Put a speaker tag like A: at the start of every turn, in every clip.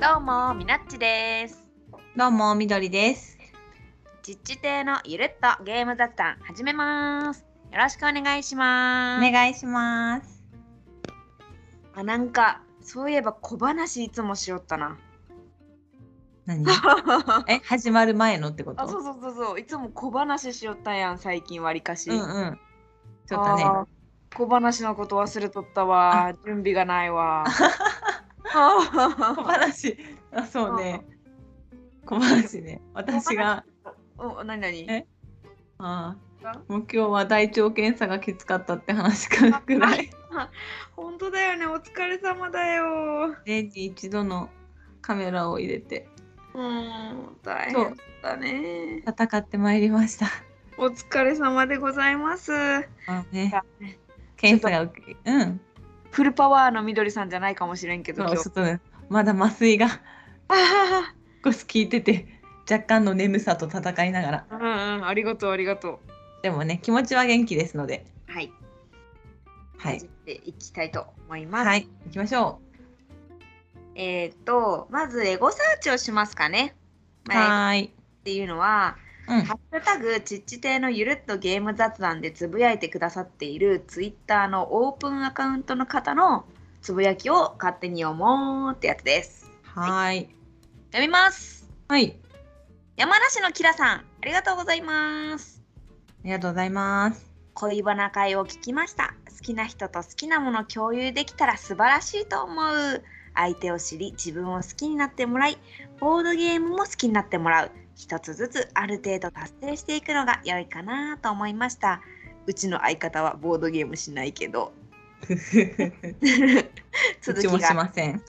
A: どうもみなっちです
B: どうも、みどりです。
A: 実地亭のゆるっとゲーム雑談始めますよろしくお願いし
B: お
A: ます、
B: 願いします。
A: あなんかそういえば小話いつもしよったな
B: 何え、始まる前のってこと
A: あそうそうそうそういつも小話しよったやん最近わりかし、
B: うんうん。ちょっとね。
A: あー小話のこと忘れとったわ準備がない わ
B: 小話。あ、そうね。小話ね。私が、
A: お何何
B: えああ、もう今日は大腸検査がきつかったって話からくらい。
A: 本当だよねお疲れ様だよ
B: 年に一度のカメラを入れて
A: うん大変だね
B: 戦ってまいりました。
A: お疲れ様でございます
B: あね
A: あ、
B: 検査が受け、うん。
A: フルパワーのみどりさんじゃないかもしれんけど
B: そう、
A: 今
B: ちょ
A: 日
B: っとね、まだ麻酔が
A: あ
B: 少し効いてて、若干の眠さと戦いながら。
A: ーうんうんありがとうありがと
B: でもね、気持ちは元気ですので。
A: うはい
B: はい。
A: ていきたいと思います、
B: はい、行きましょ
A: えっ、とまずエゴサーチをしますかね
B: う。
A: まあ
B: はーい。
A: っていうのは
B: うん
A: ハッシュタグちっち亭のゆるっとゲーム雑談でつぶやいてくださっているツイッターのオープンアカウントの方のつぶやきを勝手に読もうってやつです。
B: はーい。
A: 読みます。
B: はい。
A: 山梨のキラさん、ありがとうございます。
B: ありがとうござ います。
A: 恋バナ会を聞きました。好きな人と好きなものを共有できたら素晴らしいと思う。相手を知り、自分を好きになってもらい、ボードゲームも好きになってもらう。一つずつある程度達成していくのが良いかなと思いました。うちの相方はボードゲームしないけど。
B: う
A: 続
B: ちも
A: き
B: し
A: が。
B: ません。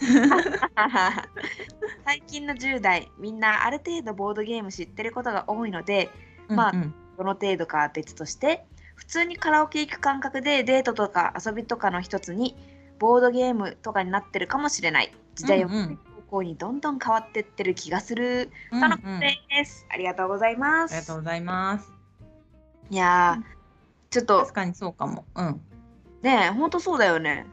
A: 最近の10代、みんなある程度ボードゲーム知ってることが多いので、まあ
B: うんうん
A: どの程度かは別として普通にカラオケ行く感覚でデートとか遊びとかの一つにボードゲームとかになってるかもしれない時代を
B: うんうん
A: 方向にどんどん変わってってる気がする、
B: うんう
A: と
B: ん
A: のことですありがとうございま
B: ありが
A: す
B: とうございます。
A: いやーちょっと
B: 確かにそうかも。うん。
A: ねえほんとそうだよね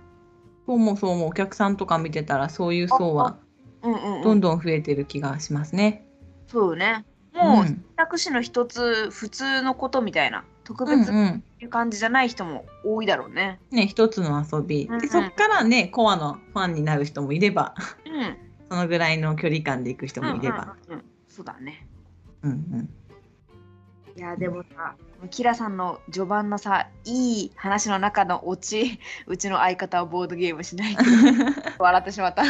B: そうもそうもお客さんとか見てたらそういう層は
A: うんうん、う
B: どん
A: ん、
B: どん増えてる気がしますね。
A: そうよねもう選択肢の一つ普通のことみたいな特
B: うん、
A: 別
B: う
A: っ
B: んうん
A: ていう感じじゃない人も多いだろうね
B: ね一つの遊び。
A: うんう
B: で
A: ん
B: そっからねコアのファンになる人もいれば
A: うん
B: そのぐらいの距離感で行く人
A: うんう
B: も
A: ん
B: いれば。
A: うんうんそうだね
B: うんうん。
A: いやでもさ、キラさんの序盤のさ、いい話の中のオチ、 うちの相方はボードゲームしないけど 笑ってしまった。ま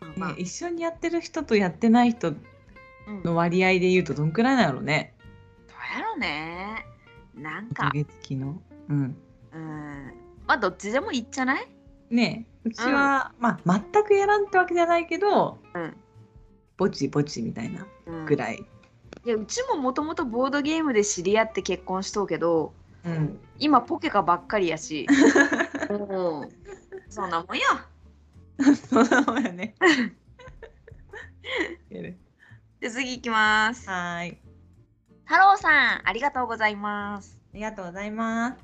A: あまあ
B: ね、一緒にやってる人とやってない人
A: うん、どう
B: の割合で言うとどんくらいなのね
A: やろうね。なん
B: 1ヶ
A: か、
B: 月期の。うん、
A: うん、まあどっちでもいいっちゃない
B: ねえうちは、まあ、全くやらんってわけじゃないけど、
A: うん
B: ぼちぼちみたいな
A: うん
B: ぐらい。
A: いやうちももともとボードゲームで知り合って結婚しとうけど、
B: うん、
A: 今ポケカばっかりやし、うん、そんなもんよ。
B: そうだもんや ね。いける
A: で次行きます。
B: はーい。
A: 太郎さん、ありがとうございます。
B: ありがとうございます。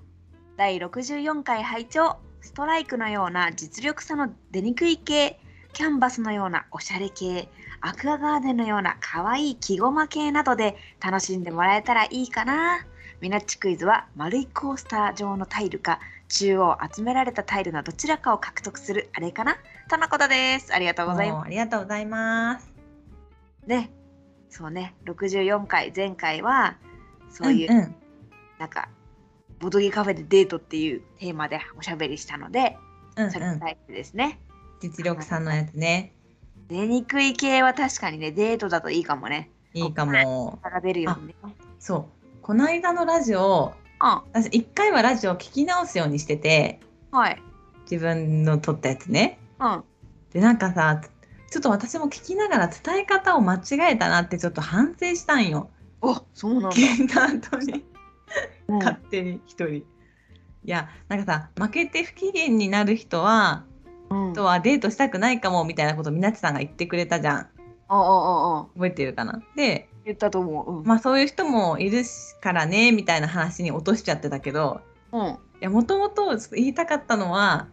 A: 第64回拝聴ストライクのような実力差の出にくい系キャンバスのようなおしゃれ系アクアガーデンのような可愛い着駒系などで楽しんでもらえたらいいかなミナッチクイズは丸いコースター状のタイルか中央集められたタイルのどちらかを獲得するあれかなとのことですありがとうございます
B: もうありがとうございます。
A: ねそうね64回前回はそういう、
B: んうん、
A: なんかボドゲカフェでデートっていうテーマでおしゃべりしたので
B: うん
A: それに
B: うん、
A: 対してですね、
B: 実力さんのやつね。
A: 出にくい系は確かにねデートだといいかもね
B: いいかも。
A: 差が出るようにね
B: そう。この間のラジオ、
A: あ
B: 私一回はラジオを聞き直すようにしてて、
A: はい
B: 自分の撮ったやつね。
A: うん
B: でなんかさちょっと私も聞きながら伝え方を間違えたなってちょっと反省したんよ
A: おそうなんだ、
B: 聞いた後に
A: うん
B: 勝手に一人、いやなんかさ負けて不機嫌になる人は
A: うん、
B: とはデートしたくないかもみたいなことみなちさんが言ってくれたじゃん
A: おおおお
B: 覚えてるかなで
A: 言ったと思ううん、
B: まあそういう人もいるからねみたいな話に落としちゃってたけど
A: うん、
B: いやもともと言いたかったのは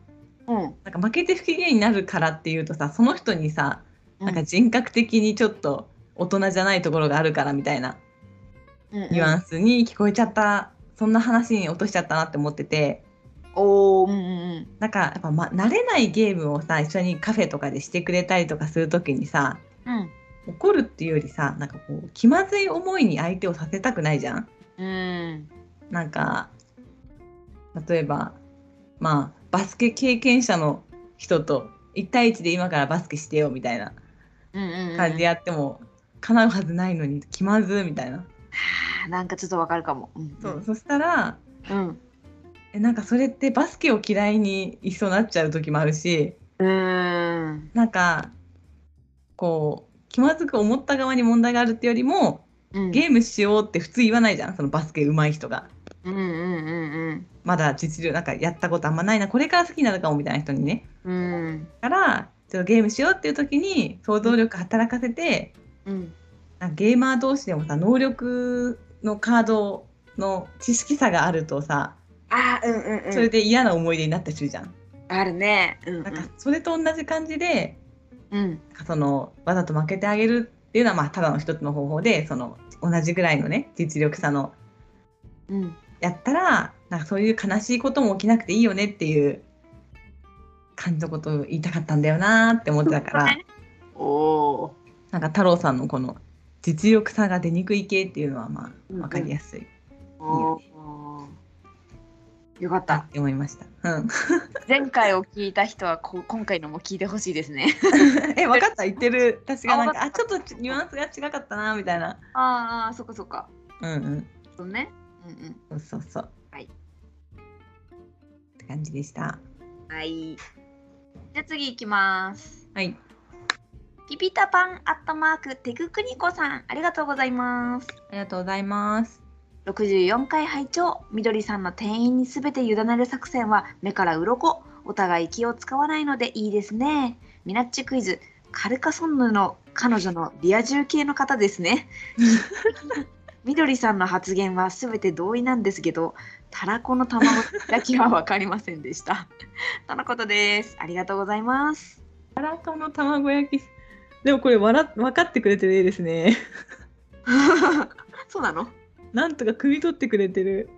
A: うん。
B: なんか負けて不機嫌になるからっていうとさその人にさなんか人格的にちょっと大人じゃないところがあるからみたいな
A: うんうん
B: ニュアンスに聞こえちゃった、そんな話に落としちゃったなって思ってて
A: おお、うんうん
B: なんかやっぱ、ま、慣れないゲームをさ一緒にカフェとかでしてくれたりとかする時にさ
A: うん。
B: 怒るっていうよりさなんかこう気まずい思いに相手をさせたくないじゃん。
A: うん。
B: なんか例えばまあバスケ経験者の人と1対1で今からバスケしてよみたいな
A: うんうんうん。
B: 感じでやっても、叶うはずないのに気まずみたいな、
A: はあなんかちょっとわかるかも。うん
B: そうそしたら
A: うん。
B: えなんかそれってバスケを嫌いにいっそうになっちゃう時もあるし
A: うん。
B: なんかこう気まずく思った側に問題があるってよりも
A: うん。
B: ゲームしようって普通言わないじゃんそのバスケ上手い人が。
A: うんうんうん
B: まだ実力なんかやったことあんまないなこれから好きになるかもみたいな人にね
A: うん。うん。
B: だからちょっとゲームしようっていう時に想像力働かせて
A: うん。
B: なんかゲーマー同士でもさ能力のカードの知識差があるとさ
A: あーうんうんうん。
B: それで嫌な思い出になったりするじゃん。
A: あるね。うんうん。
B: なんかそれと同じ感じで
A: うん
B: なんかそのわざと負けてあげるっていうのはまあただの一つの方法でその同じぐらいのね実力差の
A: うん。
B: やったらなんかそういう悲しいことも起きなくていいよねっていう感じのことを言いたかったんだよなーって思ってたから
A: おお
B: なんか太郎さんのこの実力差が出にくい系っていうのはま
A: う
B: あ
A: んうん
B: 分かりやすい
A: ー。おーよかっ
B: な
A: た
B: っ。て思いました。うん、
A: 前回を聞いた人はこ今回のも聞いてほしいですね。
B: え分かった言ってる私がなんか
A: あ
B: あ
A: わ
B: ちょっとニュアンスが違かったなみたいな。
A: ああ、そっかそっか。
B: うんうん
A: そうね。うん
B: そうそうそう。
A: はい
B: って感じでした。
A: うん。はい。じゃあ次行きます。
B: はい。
A: ピピタパンアットマークテククニコさんありがとうございます
B: ありがとうございます。
A: 64回拝聴みどりさんの店員に全て委ねる作戦は目から鱗お互い気を使わないのでいいですねミナッチクイズカルカソンヌの彼女のリア充系の方ですねみどりさんの発言は全て同意なんですけどたらこの卵だけは分かりませんでしたとのことですありがとうございます
B: たらこの卵焼き。でもこれ笑っ分かってくれてる絵ですね。
A: そうなの
B: なんとか汲み取ってくれて る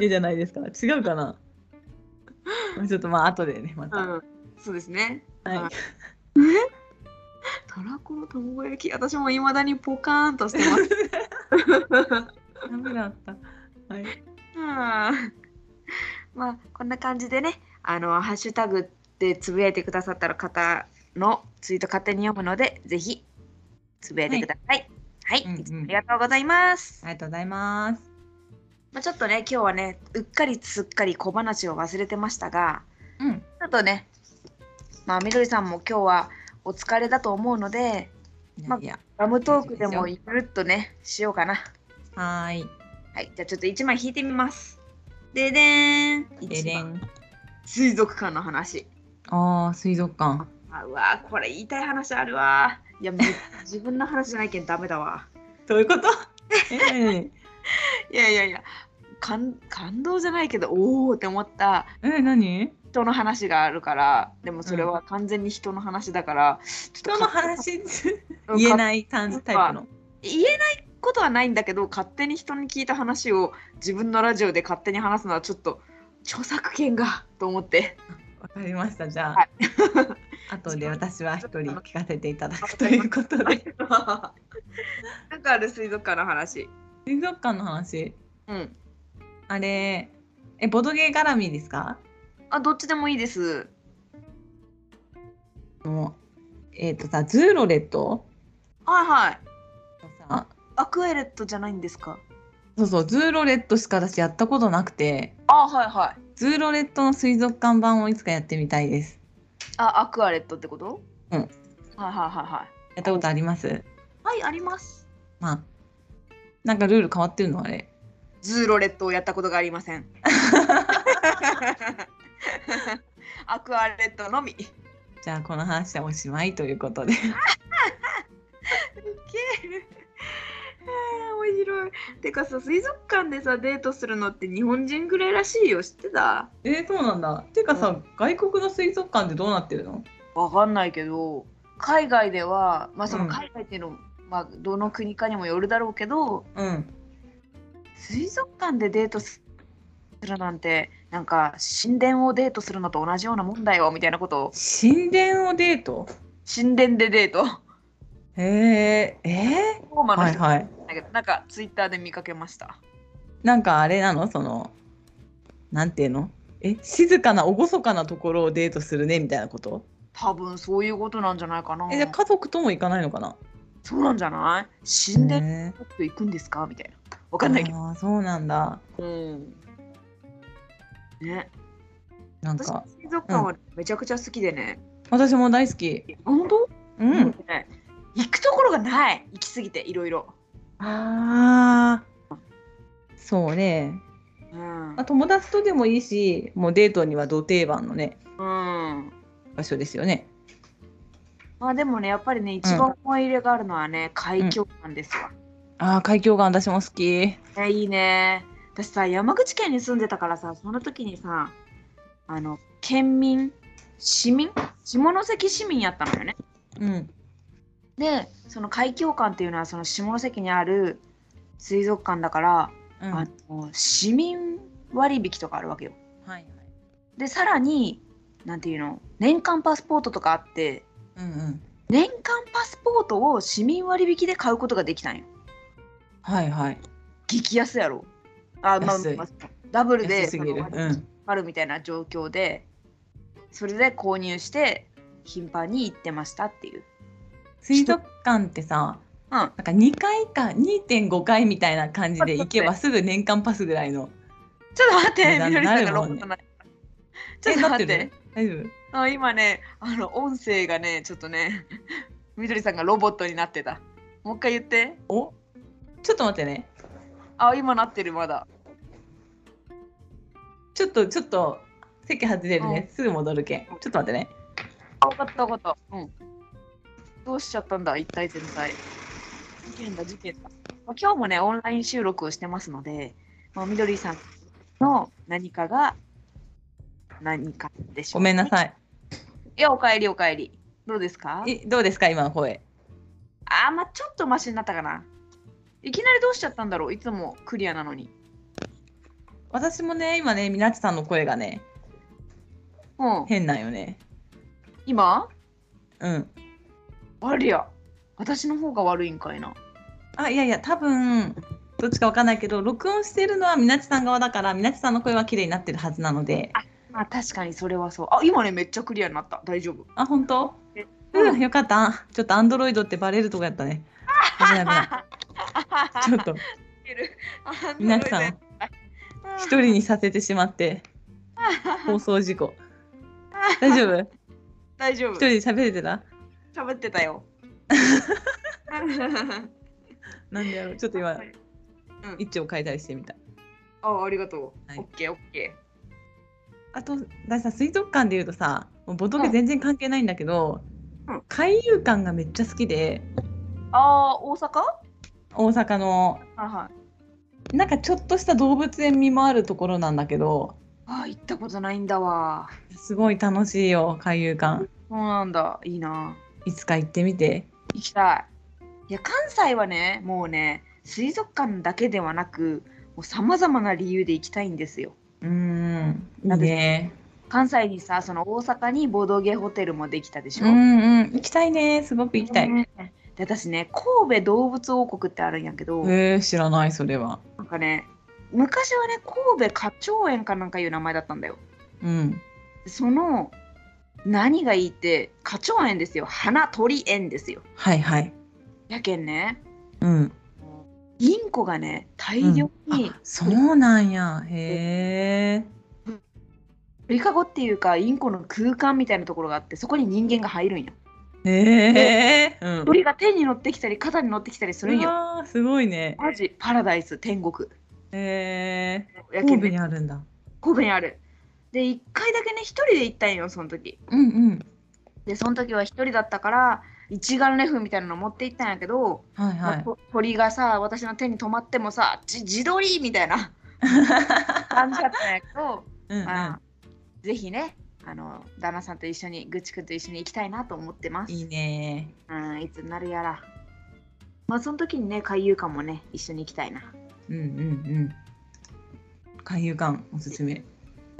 B: 絵じゃないですか。違うかな。まあちょっとまあ後でねまた。
A: うん、そうですね。
B: はい
A: はい。たらこの卵焼き、私も未だにポカーンとしてます。
B: ダメだった。はい。
A: うんまあ、こんな感じでね、あのハッシュタグでつぶやいてくださった方のツイート勝手に読むので、ぜひつぶやいてください。はい、
B: うんうん
A: いつもありがとうございます。
B: ありがとうございます。
A: まあ、ちょっとね、今日はね、うっかりすっかり小話を忘れてましたが、
B: うん。
A: ちょっとね、まあ、みどりさんも今日はお疲れだと思うので、
B: い
A: ま
B: や
A: あ
B: いや。
A: ラムトークでもゆるっとね、しようかな。
B: はーい。
A: はい、じゃあちょっと1枚引いてみます。ででーん。
B: で
A: 1
B: で
A: 番。
B: ん。
A: 水族館の話。
B: ああ、水族館。
A: あうわーこれ言いたい話あるわー。いや、め 自分の話じゃないけんダメだわ。
B: どういうこと え
A: いやいやいや、感感動じゃないけど、おおって思った
B: ええ、何
A: 人の話があるから、でもそれは完全に人の話だから、ちょ
B: 人
A: っ
B: の
A: と
B: 話
A: 勝手
B: 言え
A: い。
B: ない感じタイプの。
A: 言えないことはないんだけど、勝手に人に聞いた話を自分のラジオで勝手に話すのはちょっと著作権がと思って。
B: わかりました。じゃあ、
A: はい
B: 後で私は一人聞かせていただくということで。
A: なんかある水族館の話。
B: 水族館の話。
A: うん。
B: あれ、え、ボドゲー絡みですか
A: あ、どっちでもいいです。
B: のえっ、とさ、ズーロレット
A: はいはい。
B: さ、
A: アクエレットじゃないんですか。
B: そうそう、ズーロレットしか私やったことなくて、
A: あ、はいはい。
B: ズーロレットの水族館版をいつかやってみたいです。
A: あ、アクアレットってこと。
B: うん
A: はいはいはいはい。
B: やったことあります
A: はい、あります。
B: まあ、なんかルール変わってるのあれ。
A: ズーロレットをやったことがありま せん。アクアレットのみ。
B: じゃあこの話はおしまいということで。
A: ウケる面白い。てかさ、水族館でさ、デートするのって日本人ぐらいらしいよ。知ってた
B: えー、そうなんだ。てかさ、外国の水族館ってどうなってるの
A: わかんないけど、海外では、まあその
B: うん
A: 海外っていうの、まあどの国かにもよるだろうけど、
B: うん。
A: 水族館でデートするなんて、なんか神殿をデートするのと同じようなもんだよみたいなことを、
B: 神殿をデート
A: 神殿でデート。
B: へえー、え
A: ローマの
B: ー、はい
A: 人だ
B: はい。
A: けど、なんかツイッターで見かけました。
B: なんかあれなのその、なんていうのえ、静かな、厳かなところをデートするねみたいなこと
A: 多分そういうことなんじゃないかな。
B: え、じゃあ家族とも行かないのかな
A: そうなんじゃない神殿に
B: へー
A: ちょっと行くんですかみたいな。わかんないけど。
B: あーそうなんだ。
A: うん。ね。
B: なん
A: 私
B: か、
A: 水族館はめちゃくちゃ好きでね。
B: 私も大好き。
A: 本当、
B: う。
A: うんね、行くところがない。行きすぎていろいろ。
B: ああ。そうね。
A: うん。
B: あ友達とでもいいし、もうデートにはど定番のね、
A: うん。
B: 場所ですよね。
A: まあでもね、やっぱりね、一番思い入れがあるのはね、海峡なんですわ。
B: ああ、海峡岸私も好き。
A: ねいいね。私さ、山口県に住んでたからさ、その時にさ、あの、県民、市民下関市民やったのよね。
B: うん。
A: で、その海峡館っていうのは、その下関にある水族館だから、
B: うん、
A: あの市民割引とかあるわけよ。
B: はい。
A: でさらになんていうの年間パスポートとかあって
B: うんうん。
A: 年間パスポートを市民割引で買うことができたんよ。
B: はいはい。
A: 激安やろ。あまあ
B: 安い
A: まあダブルで
B: 安すぎる。
A: その
B: う
A: 割引
B: ん。
A: あるみたいな状況で、それで購入して頻繁に行ってましたっていう。
B: 水族館ってさ、
A: うん
B: なんか2回か2.5回みたいな感 じで行けば
A: あ
B: すぐ年間パスぐらいの。
A: ちょっと待って、
B: 値
A: みの
B: 段
A: りさんが
B: なる
A: ロ
B: も
A: ボッ
B: んね
A: トない。ちょっと待って。
B: え。なってる大丈
A: あ今ね、あの音声がね、ちょっとね、 みどりさんがロボットになってた。もう一回言って。
B: 夫おちょっと待ってね。
A: あ、今なってる、まだ。
B: ちょっとちょっと席外れるね、すぐ戻るけんちょっと待ってね
A: あ分かった、分かった。うん。どうしちゃったんだ、一体全体。事件だ、事件だ。まあ今日もね、オンライン収録をしてますので、まあ、みどりさんの何かが何かでしょ
B: ご
A: う、ね。。
B: めんないさい
A: いや、おかえり、おかえり。どうですか
B: えどうですか今の声
A: あー、まあ、ちょっとマシになったかな。いきなりどうしちゃったんだろう、いつもクリアなのに。
B: 私もね今ねみなちさんの声がね
A: うん。
B: 変なんよね
A: 今
B: うん
A: ありゃ私の方が悪いんかいな
B: あいやいや多分どっちかわかんないけど録音してるのはみなちさん側だからみなちさんの声は綺麗になってるはずなので
A: まあ確かにそれはそうあ今ねめっちゃクリアになった大丈 夫
B: あ本当
A: え
B: うん、よかったちょっとアンドロイドってバレるとこやったね危ない危 ないちょっと皆さん一人にさせてしまって放送事故大丈夫
A: 大丈夫
B: 一人で喋れてた
A: 喋ってた よ
B: なんでやろうちょっと今
A: うん
B: 位置を解体してみた
A: あありがとう、
B: はい
A: オッケーオッケ
B: あとださ水族館でいうとさもうボトゲ全然関係ないんだけど、
A: うん
B: 海遊館がめっちゃ好きで
A: ーああ大阪は
B: 大阪の
A: いはい
B: なんかちょっとした動物園見回るところなんだけど
A: あー行ったことないんだわ
B: すごい楽しいよ海遊館
A: そうなんだいいない
B: つか行ってみて
A: 行きたいいや関西はねもうね水族館だけではなくさまざまな理由で行きたいんですよ
B: うーんいいね
A: 関西にさその大阪にボドゲホテルもできたでしょ、
B: うんうん行きたいねすごく行きたい、
A: ねで私ね神戸動物王国ってあるんやけど、
B: えー、知らないそれは
A: なんかね昔はね神戸花鳥園かなんかいう名前だったんだよ
B: うん
A: その何がいいって花鳥園ですよ花鳥園ですよ
B: はいはい
A: やけんね
B: うん
A: インコがね大量に
B: あそうなんやへえ
A: 鳥かごっていうかインコの空間みたいなところがあってそこに人間が入るんよ
B: へえうん
A: 鳥が手に乗ってきたり肩に乗ってきたりするん
B: う
A: よ
B: わーすごいね
A: マジパラダイス天国
B: えー、
A: やけ
B: 神
A: ん
B: 戸
A: ね
B: にあるんだ。
A: 神戸にあるで1回だけね1人で行ったんよその時
B: うんうん。
A: でその時は1人だったから一眼レフみたいなの持って行ったんやけど、
B: はいは
A: まあ
B: い。
A: と鳥がさ私の手に止まってもさじ自撮りみたいな 感じだったんやけど、
B: うんうん
A: まあぜひねあの旦那さんと一緒にぐちくんと一緒に行きたいなと思ってます。
B: いいね。
A: うん、いつになるやら。まあその時にね海遊館もね一緒に行きたいな。
B: うんうんうん。海遊館おすすめ。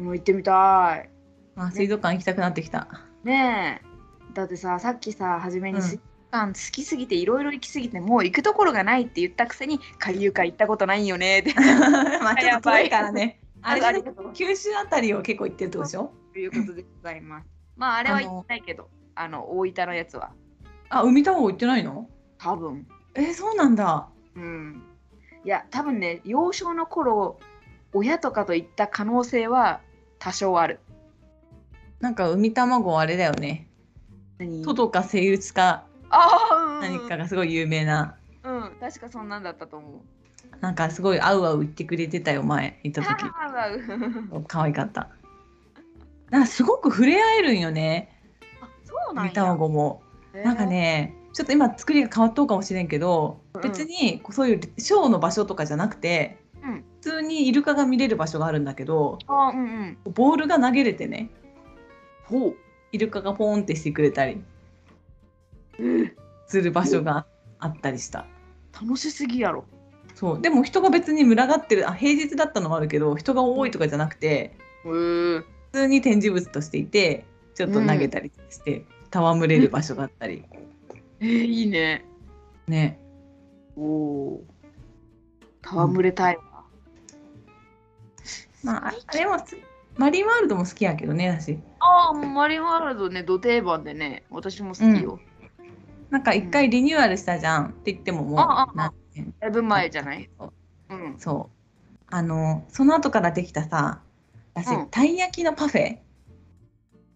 A: もう行ってみたい。
B: あ水族館行きたくなってきた。
A: ねえだってささっきさ初め
B: う
A: に
B: ん
A: 水族館好きすぎていろいろ行きすぎてもう行くところがないって言ったくせに海遊館行ったことないんよね って
B: まあち ょ
A: や
B: っと
A: ば
B: 遠
A: い
B: いからね。あれ
A: あ
B: だ
A: り
B: ね
A: がとう
B: 九州あたりを結構行ってるってことでしょ
A: ということでございます。まああれは行ってないけどあの大分のやつは
B: あ、海タワー行ってないの
A: 多分
B: え、そうなんだ。
A: うんいや多分ね幼少の頃親とかと行った可能性は多少ある。
B: なんか海卵あれだよね。
A: 何
B: トドかセイウチか
A: ああ、うんうん、
B: 何かがすごい有名な。
A: うん、確かそんなんだったと思う。
B: なんかすごいアウアウ言ってくれてたよ前行った時
A: ああ、
B: 可愛かったなんかすごく触れ合えるんよね
A: そうなんや。
B: 煮卵も
A: へー
B: なんか、ねちょっと今作りが変わっとうかもしれんけど別にこうそういうショーの場所とかじゃなくて
A: うん、
B: 普通にイルカが見れる場所があるんだけど
A: あ、うんうん。
B: ボールが投げれてね
A: ほう。
B: イルカがポーンってしてくれたりする場所があったりした
A: 楽しすぎやろ。
B: そうでも人が別に群がってるあ平日だったのもあるけど人が多いとかじゃなくて、
A: へえ。
B: 普通に展示物としていてちょっと投げたりして、戯れる場所だったり、
A: えー、いいね。
B: ね
A: おお。戯れたいわ。
B: まあああれもすマリンワールドも好きやけどね私
A: ああ、マリンワールドね、ド定番でね、私も好きよ。
B: なんか一回リニューアルしたじゃんって言ってももう
A: ああ
B: 何年
A: だいぶ前じゃない。
B: そう
A: うん。
B: そうあのその後からできたさ私、
A: うん
B: たい焼きのパフェ
A: え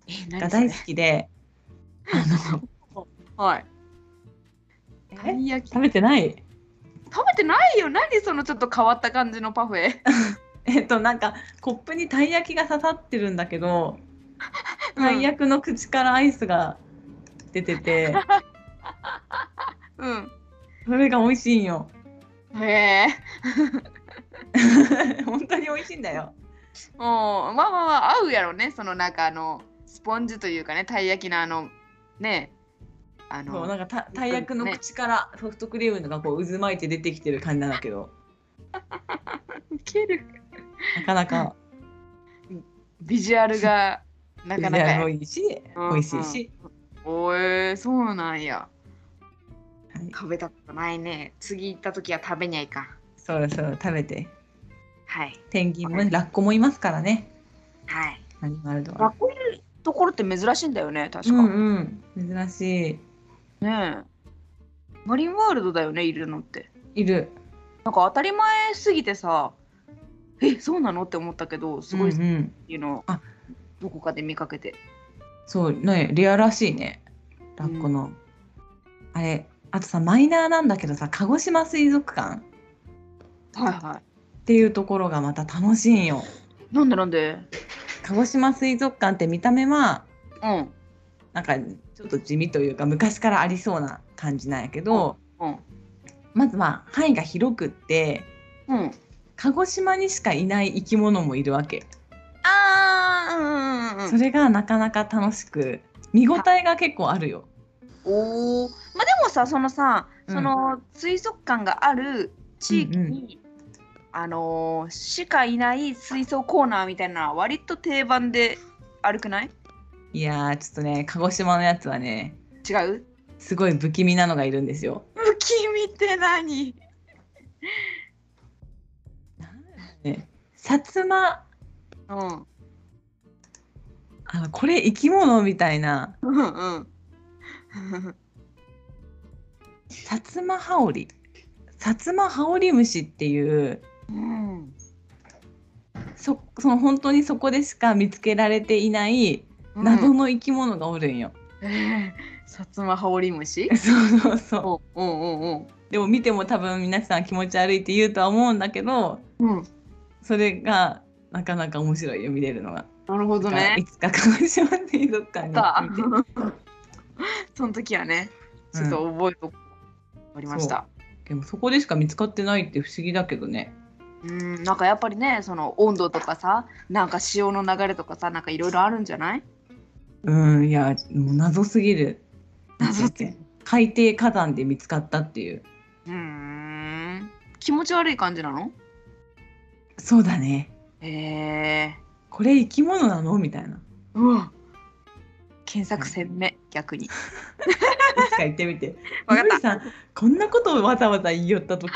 A: ー、
B: が
A: 何そ
B: 大
A: れ
B: 好きであの
A: はい。
B: え
A: たい焼き。
B: 食べてない
A: 食べてないよ。何そのちょっと変わった感じのパフ ェ。
B: えっとなんかコップにたい焼きが刺さってるんだけどたい焼きの口からアイスが出てて。
A: うん。
B: それが美味しいんよ。
A: へえ。
B: 本当に美味しいんだよ。
A: もうまあまあまあ合うやろねそのなんかあのスポンジというかねたい焼きのあのねあ
B: そ
A: の
B: うなんかたたい焼きの口からソフトクリームがこう渦巻いて出てきてる感じなんだけど、
A: ウケる
B: なかなか
A: ビジュアルがなかなかや
B: 美味しい、
A: うん
B: 美味しいし、
A: おえーそうなんや
B: はい、
A: 食べたことないね次行った時は食べにゃいかん
B: そうそう食べて。
A: はい
B: ペンギンもねラッコもいますからね。
A: はい
B: アニマルドは。
A: ラこういうところって珍しいんだよね確
B: う
A: か、
B: んうん珍し
A: ねえマリンワールドだよねいるのって
B: い。いる。
A: なんか当たり前すぎてさえそうなのって思ったけどすごいっ
B: うんうん。
A: ていうのを
B: あ
A: どこかで見かけて
B: そうねレアらしいね。ラッコの、あれあとさマイナーなんだけどさ鹿児島水族館
A: はいは
B: っていうところがまた楽しいんよ。
A: いなんでなんで
B: 鹿児島水族館って見た目は
A: うん
B: なんかちょっと地味というか昔からありそうな感じなんやけど、
A: うん
B: まずまあ範囲が広くって
A: うん
B: 鹿児島にしかいない生き物もいるわけ、
A: ああうんうん
B: それがなかなか楽しく見応えが結構あるよ。
A: おおまあでもさそのさ
B: うん
A: その水族館がある地域に、あのーしかいない水槽コーナーみたいなのは割と定番であるくない
B: いやーちょっとね鹿児島のやつはね
A: 違う
B: すごい不気味なのがいるんですよ。
A: 不気味って何
B: ね、薩摩
A: うん
B: あのこれ生き物みたいな
A: うんうん
B: 薩摩羽織薩摩羽織虫っていう
A: うん
B: そその本当にそこでしか見つけられていない謎の生き物がおるんよ。
A: えー、薩摩羽織虫
B: そうそうそう。
A: おうんうんうん
B: でも見ても多分皆さん気持ち悪いって言うとは思うんだけど、
A: うん
B: それがなかなか面白いよ見れるのが。
A: なるほどね
B: いつか鹿児島水族館に行ってみて。
A: その時はね。ちょっと覚えておりました。
B: でもそこでしか見つかってないって不思議だけどね。
A: うん、なんかやっぱりね、その温度とかさ、なんか潮の流れとかさ、なんかいろいろあるんじゃない
B: うん、いや、もう謎すぎる。
A: 謎すぎる
B: 海底火山で見つかったっていう。
A: うーん。気持ち悪い感じなの
B: そうだね。
A: へえ
B: これ生き物なのみたいな。
A: ー。うわ。検索鮮明、逆に。
B: いつか行ってみて。
A: わかっ
B: ゆりさん、こんなことをわざわざ言いよったと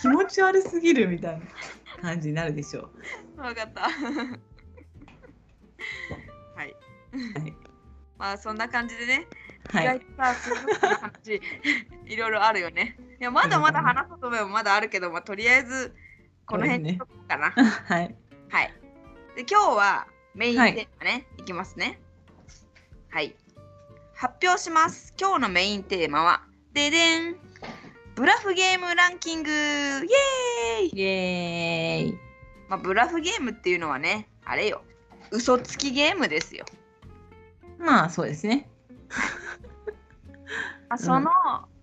B: 気持ち悪すぎるみたいな感じになるでしょ
A: た。 わかった。 はい。
B: う。はい。
A: まあそんな感じでね、
B: は
A: 意外
B: い。
A: とさ、すごい話、 いろいろあるよね。いや、まだまだ話すともまだあるけど、まあ、とりあえず、この辺にしとこうかな。
B: はい。
A: はい。で、今日はメインテーマね、い、きますね。はい。発表します。今日のメインテーマは、ででんブラフゲームランキングイエーイ
B: イエーイ。
A: まあ、ブラフゲームっていうのはね、あれよ。嘘つきゲームですよ。
B: まあ、そうですね。
A: まあ、その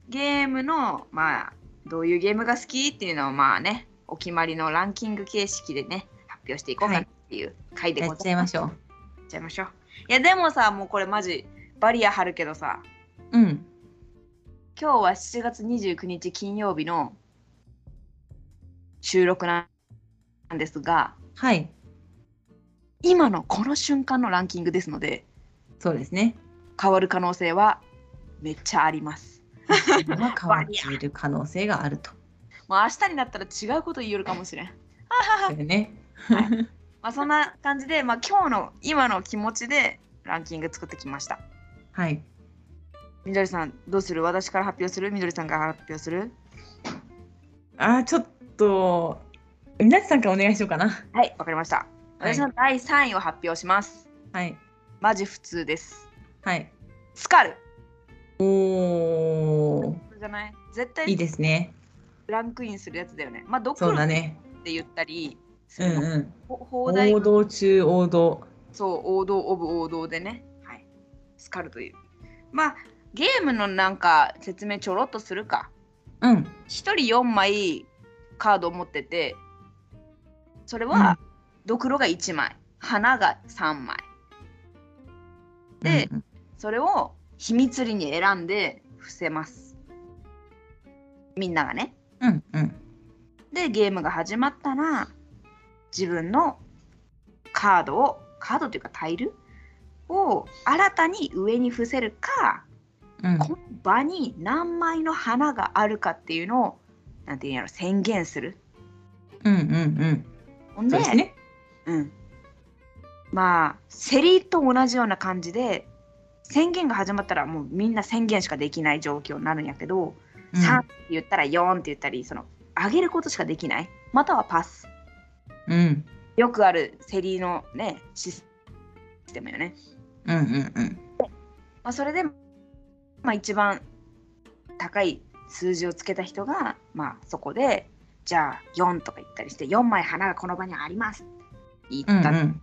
A: ゲームの、まあ、どういうゲームが好きっていうのを、まあね、お決まりのランキング形式でね、発表していこうかなっていう回で
B: や
A: ご
B: っ
A: ざ
B: ちゃいまし
A: ょう。
B: ょう。
A: やっちゃいましょう。いや、でもさ、もうこれマジ、バリア張るけどさ、
B: うん。
A: 今日は7月29日金曜日の収録なんですが
B: はい。
A: 今のこの瞬間のランキングですので
B: そうですね。
A: 変わる可能性はめっちゃあります。
B: は変わっている可能性があると。
A: まあ明日になったら違うこと言えるかもしれん。
B: それね。
A: まあそんな感じで、まあ、今日の今の気持ちでランキング作ってきました。
B: はい。
A: みどりさんどうする私から発表するみどりさんから発表する
B: あーちょっと、みなちさんからお願いしようかな。
A: はいわかりました。
B: はい
A: 私の第3位を発表します。
B: はい。
A: マジ普通です。
B: はい。
A: スカル
B: おー、
A: じゃない絶対
B: いいですね。
A: ランクインするやつだよね。まあ、ドク
B: そ
A: ロ
B: うだ
A: っ
B: ね。
A: て言ったり、
B: うんうん。
A: ほ放題
B: 王道中王道。
A: そう王道オブ王道でね、はい、スカルという。まあ、ゲームのなんか説明ちょろっとするか。
B: うん。
A: 1人4枚カードを持ってて、それはドクロが1枚、花が3枚。で
B: うんうん
A: それを秘密裏に選んで伏せます。みんながね。
B: うんうん。
A: でゲームが始まったら自分のカードをカードというかタイルを新たに上に伏せるか、
B: うん
A: この場に何枚の花があるかっていうのをなんていうんやろ宣言する。
B: うんうん
A: ほ
B: うんん。そ
A: で
B: うですね。
A: うん、まあセリと同じような感じで宣言が始まったらもうみんな宣言しかできない状況になるんやけど、
B: うん
A: 3って言ったら4って言ったりその上げることしかできないまたはパス
B: うん
A: よくあるセリのねシステムよね、
B: うんうんうん。
A: まあ、それで、まあ、一番高い数字をつけた人が、まあ、そこでじゃあ4とか言ったりして4枚花がこの場にあります言っ
B: うんう
A: た、
B: ん。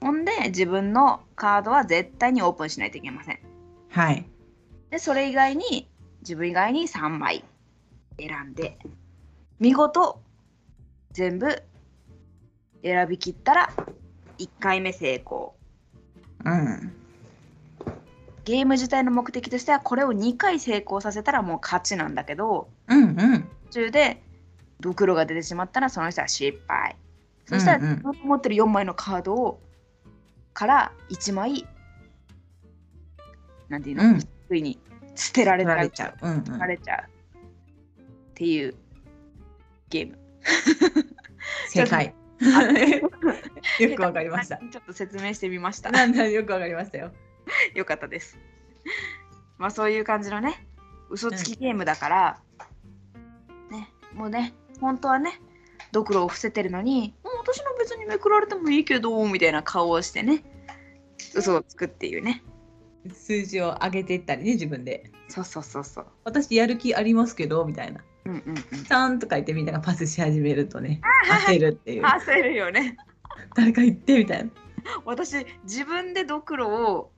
A: ほんで自分のカードは絶対にオープンしないといけません
B: はい。
A: でそれ以外に自分以外に3枚選んで見事全部選びきったら1回目成功
B: うん。
A: ゲーム自体の目的としてはこれを2回成功させたらもう勝ちなんだけど
B: うんうん。
A: 途中でドクロが出てしまったらその人は失敗そしたら
B: うんうん
A: 自分の持ってる4枚のカードをから1枚なんていうの、
B: うん
A: ついに捨てられ
B: 取ら
A: た
B: れ
A: り
B: ちゃう。うんうん。
A: バレちゃうっていうゲー ム。
B: 正解。よくわかりました。
A: ちょっと説明してみました。
B: なんだよくわかりましたよ。
A: よかったです。 まあそういう感じのね、嘘つきゲームだから、ね、もうね、本当はね、ドクロを伏せてるのに、もう私の別にめくられてもいいけど、みたいな顔をしてね、嘘をつくっていうね。
B: 数字を上げていったりね自分で。
A: そうそうそうそう。
B: 私やる気ありますけどみたいな。
A: うんうんうん。
B: さんとか言ってみんながパスし始めるとね焦るっていう。
A: 焦るよね。
B: 誰か言ってみたいな。
A: 私、自分でドクロを、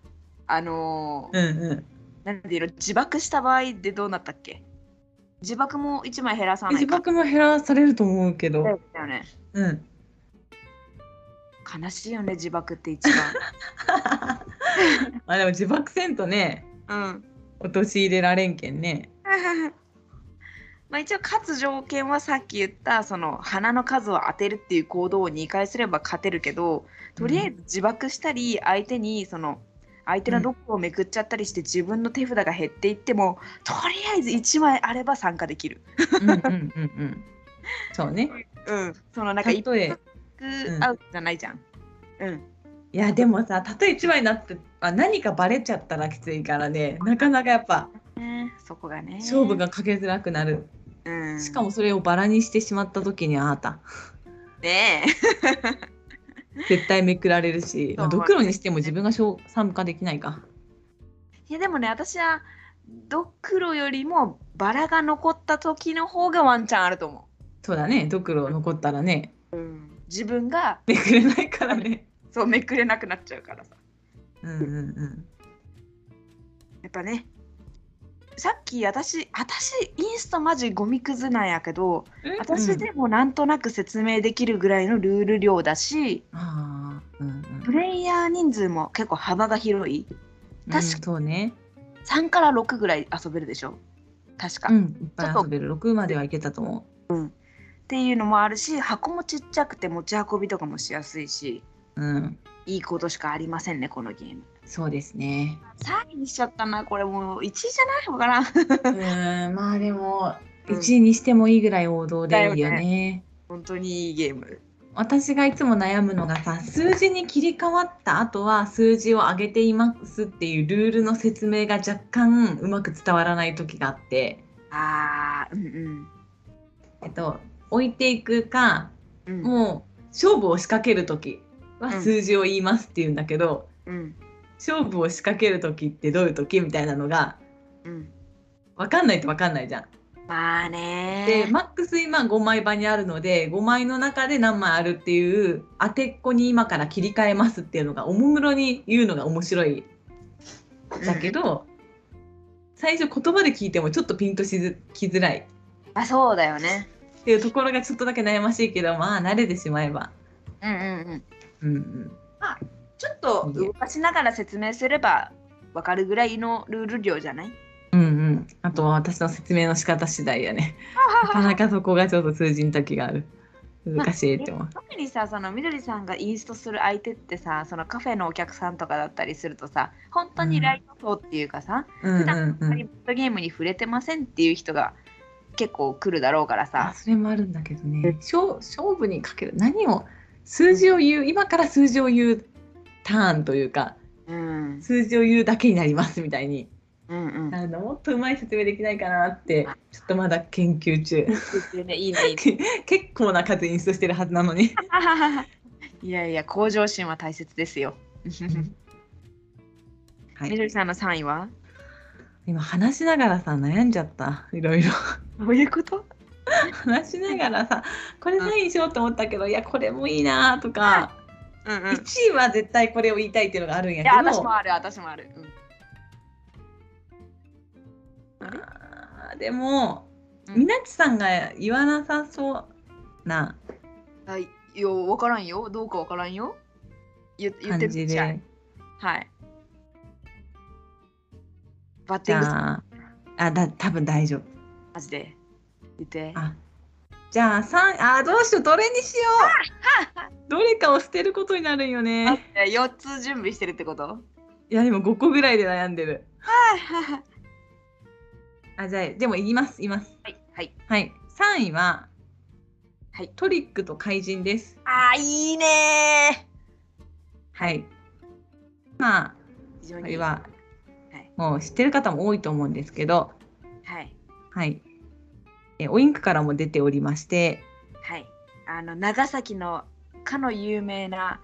A: あのー
B: うんうん。
A: なんていうの自爆した場合でどうなったっけ自爆も1枚減らさないか
B: 自爆も減らされると思うけど、
A: だよね
B: うん、
A: 悲しいよね自爆って一
B: あでも自爆せんとね
A: 番うん
B: 陥れられんけんね
A: まあ一応勝つ条件はさっき言ったその花の数を当てるっていう行動を2回すれば勝てるけどとりあえず自爆したり相手にその相手のロックをめくっちゃったりして自分の手札が減っていってもとりあえず1枚あれば参加できる。
B: うんうんうんうんそうね
A: うん、そのなんか
B: た
A: 一
B: とえ
A: 服アウトじゃないじゃん。うん、
B: いやでもさたとえ1枚になってあ何かバレちゃったらきついからねなかなかやっぱ
A: ねそこがね。
B: 勝負がかけづらくなる、
A: うん、
B: しかもそれをバラにしてしまった時にあなた
A: ね
B: 絶対めくられるし、まあ、
A: そう
B: ドクロにしても自分が勝参加できないか
A: え。いやでもね私はドクロよりもバラが残った時の方がワンチャンあると思
B: そうだねドクロ残ったらね
A: う。うん、自分が
B: めくれないからね
A: そうめくれなくなっちゃうからさ
B: うんうん
A: やっぱねさっき私私インスタマジゴミくずなんやけど
B: うん
A: 私でもなんとなく説明できるぐらいのルール量だし
B: ああうんうん
A: プレイヤー人数も結構幅が広い
B: うん
A: 確か
B: そうね
A: 3から6ぐらい遊べるでしょ確か、
B: う
A: っ
B: んいっぱい遊べる6まではいけたと思
A: ていうのもあるし箱もちっちゃくて持ち運びとかもしやすいし
B: ううん
A: いいことしかありませんねこのゲーム
B: そうですね
A: 3位にしちゃったなこれもう1位じゃないのかな
B: うーんまあでも
A: うん
B: 1位にしてもいいぐらい王道でいい
A: だ
B: よ
A: よ
B: ね
A: 本当にいいゲーム
B: 私がいつも悩むのがさ数字に切り替わった後は数字を上げていますっていうルールの説明が若干うまく伝わらない時があって、
A: あーうん
B: えっと、置いていくか
A: うんうん
B: もう勝負を仕掛ける時
A: う
B: は
A: ん
B: 数字を言いますっていうんだけど、
A: うん
B: 勝負を仕掛ける時ってどういう時みたいなのが
A: うん
B: 分かんないと分かんないじゃん。
A: まあね
B: でマックス今5枚場にあるので5枚の中で何枚あるっていう当てっこに今から切り替えますっていうのがおもむろに言うのが面白いだけど、最初言葉で聞いてもちょっとピンとしずきづらい
A: うんあそうだよね
B: っていうところがちょっとだけ悩ましいけどまあ慣れてしまえば。
A: うんうんうん
B: うんうん、
A: ちょっと動かしながら説明すればわかるぐらいのルール量じゃない
B: うんうん、あとは私の説明の仕方次第や ね。なかなかそこがちょっと通じん時がある。難しいって思う。
A: 特にさそのみどりさんがインストする相手ってさそのカフェのお客さんとかだったりするとさ本当にライト層っていうかさ、
B: うんうん
A: あ
B: う
A: まり
B: ん。
A: ボードゲームに触れてませんっていう人が結構来るだろうから
B: あ
A: さ
B: それもあるんだけどね勝勝負にかける何を数字を言う今から数字を言うターンというか
A: うん
B: 数字を言うだけになりますみたいに
A: うんうん
B: あのもっとうまい説明できないかなってちょっとまだ研究中
A: いいねいいねいいね
B: 結構な数インストしてるはずなのに
A: いやいや向上心は大切ですよ
B: は
A: み
B: い
A: どりさんの3位は
B: 今話しながらさ悩んじゃったいろいろ
A: どういうこと
B: 話しながらさこれ何にしようと思ったけどいやこれもいいなとか
A: うんうん
B: 1位は絶対これを言いたいっていうのがあるんや
A: い
B: け
A: や、
B: ど
A: 私もある、私もある。うん
B: あーでも、
A: うん
B: みなちさんが言わなさそうな
A: はい、よ、わからんよ、どうかわからんよ。言言っ
B: 感
A: て
B: じ
A: みちゃい
B: で。
A: はい。バッ
B: じ
A: ティング
B: ゃああだ多分大丈夫
A: マジで。言って。
B: あじゃあ三あどうしようどれにしよ うどれかを捨てることになるんよ
A: あ
B: ね
A: 四つ準備してるってこと。
B: いやでも5個ぐらいで悩んでる
A: はいはい
B: あじゃあでも言います言います
A: はい。はい。
B: はい3位は、
A: はい
B: トリックと怪人です
A: あー、いいね
B: はいまあ
A: ー。非常
B: こ
A: にい
B: れ
A: い。
B: は
A: はい
B: もう知ってる方も多いと思うんですけど
A: はい。
B: はい。えーオインクからも出ておりまして、
A: はい。あの、長崎のかの有名な。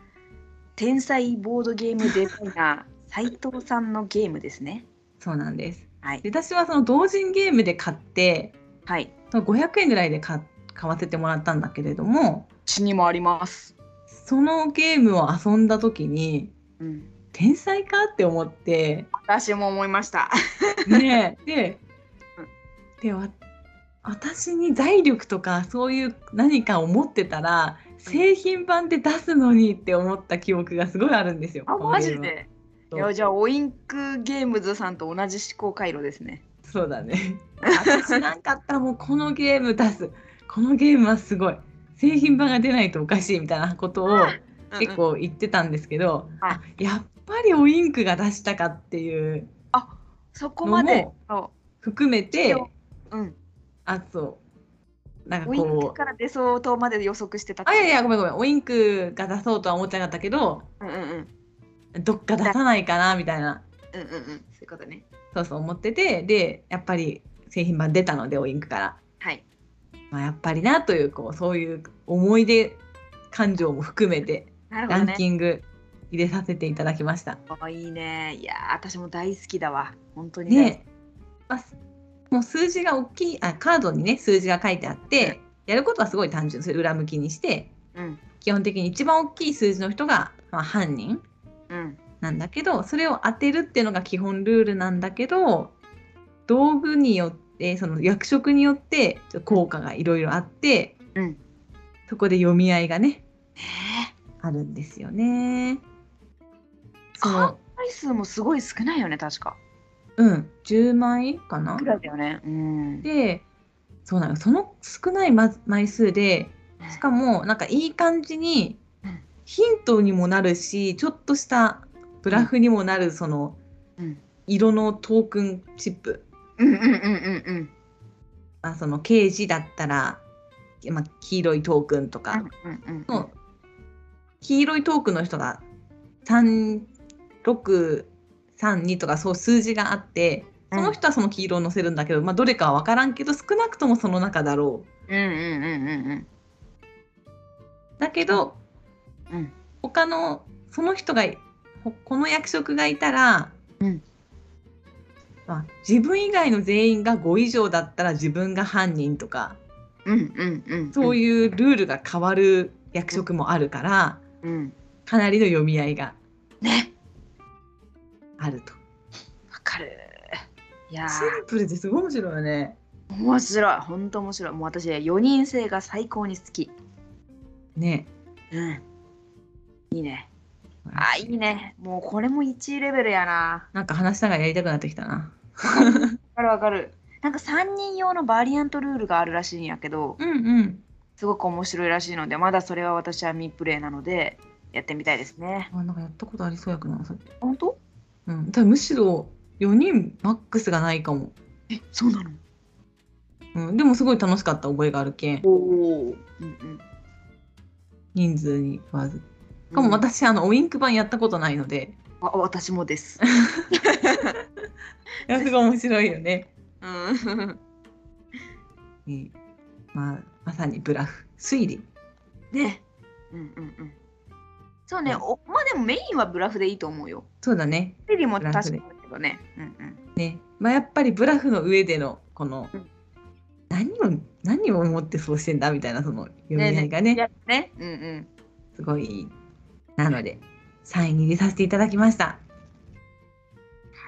A: 天才ボードゲームデザイナー斉藤さんのゲームです ね。
B: そうなんです。
A: はい
B: で。私はその同人ゲームで買って、
A: はい。
B: その500円ぐらいで買買わせてもらったんだけれども、
A: うちにもあります。
B: そのゲームを遊んだ時に、
A: うん。
B: 天才かって思って
A: 私も思いました。
B: ねえで
A: う
B: でわ私に財力とかそういう何かを持ってたら製品版で出すのにって思った記憶がすごいあるんですよ。
A: あ、
B: こう
A: マ
B: いう
A: ジ
B: の
A: で。い
B: そう
A: や、じゃあ、オインクゲームズさんと同じ思考回路ですね。
B: そうだね。私なんかあったらもうこのゲーム出す。このゲームはすごい。製品版が出ないとおかしいみたいなことを結
A: うんうん。
B: 構言ってたんですけど、
A: はい
B: あやっぱりオインクが出したかっていう
A: そこまで。そ
B: 含めて
A: そうううん。
B: あそうなんか
A: オイン
B: こ
A: ク
B: う
A: から出そうとまで予測してたって。
B: あいやいやごめんごめんオインクが出そうとは思ってなかったけど
A: うんうんうん。
B: どっか出さないかなみたいな
A: うんうんうん。そういうことね。
B: そうそう思っててでやっぱり製品版出たのでオインクから。
A: はい。
B: まあ、やっぱりなというこうそういう思い出感情も含めて
A: なるほ
B: ラ
A: ど
B: ン
A: ね。
B: キング入れさせていただきました。
A: あいいね。いやー、私も大好きだわ。本当に大好き。
B: ねまあ、すもう数字が大きいあカードにね数字が書いてあって、やることはすごい単純それ裏向きにして
A: うん。
B: 基本的に一番大きい数字の人が、まあ、犯人
A: うん。
B: なんだけどそれを当てるっていうのが基本ルールなんだけど道具によってその役職によってちょっと効果がいろいろあって、
A: うん
B: そこで読み合いがね
A: ねえ。
B: あるんですよね。そ
A: カー
B: の
A: ド枚数もすごい少ないよね、確か。
B: うん10枚かな
A: くらいだよね。うん。
B: でそうなのその少ないま枚数でしかもなんかいい感じに
A: うん
B: ヒントにもなるしちょっとしたブラフにもなるその
A: うん。
B: 色のトークンチップ、
A: うんうんうんうんうん。
B: まあ、その刑事だったら、まあ、黄色いトークンとか、
A: うんうんう
B: そ
A: ん
B: う黄色いトークンの人が3632とかそう数字があってその人はその黄色を乗せるんだけど、まあ、どれかは分からんけど少なくともその中だろう
A: うんうんうんうんうん。
B: だけど
A: うん
B: 他のその人がほこの役職がいたら、
A: うん
B: まあ、自分以外の全員が5以上だったら自分が犯人とか
A: うんうんうん。
B: そう
A: い
B: いうルールが変わる役職もあるから
A: うん。うん。
B: かなりの読み合いが
A: ね。
B: あると。
A: わかる。いやー
B: シンプルですごい面白いよね。
A: 面白い。本当面白い。もう私4人制が最高に好き。
B: ね。
A: うん。いいね。あいいね。もうこれも1位レベルやな。
B: なんか話しながらやりたくなってきたな。
A: わかるわかる。なんか3人用のバリアントルールがあるらしいんやけど、
B: うんうん。
A: すごく面白いらしいので、まだそれは私は未プレイなので、やってみたいですね。
B: あなんかやったことありそうやくなそれ。
A: 本当
B: うん。ただむしろ4人マックスがないかも。
A: え、そうなの
B: うん。でもすごい楽しかった覚えがあるけん
A: お。お。うんうん。
B: 人数に問わず。しかも私、あのオインク版やったことないので。
A: わ私もです。
B: いやすごい面白いよね。
A: うん。
B: うんまあまさにブラフ推理。
A: ね。うんうんうん。そうね、
B: うん
A: おまあでもメインはブラフでいいと思うよ。
B: そうだね。
A: ペリも
B: ブラ
A: 確か
B: フで
A: にだけどね。うんうん。
B: ね。まあやっぱりブラフの上でのこの。
A: うん
B: 何を何を思ってそうしてんだみたいなその読み合いがね
A: いやね。うんうん。
B: すごい。なので、3位に入れさせていただきました。
A: は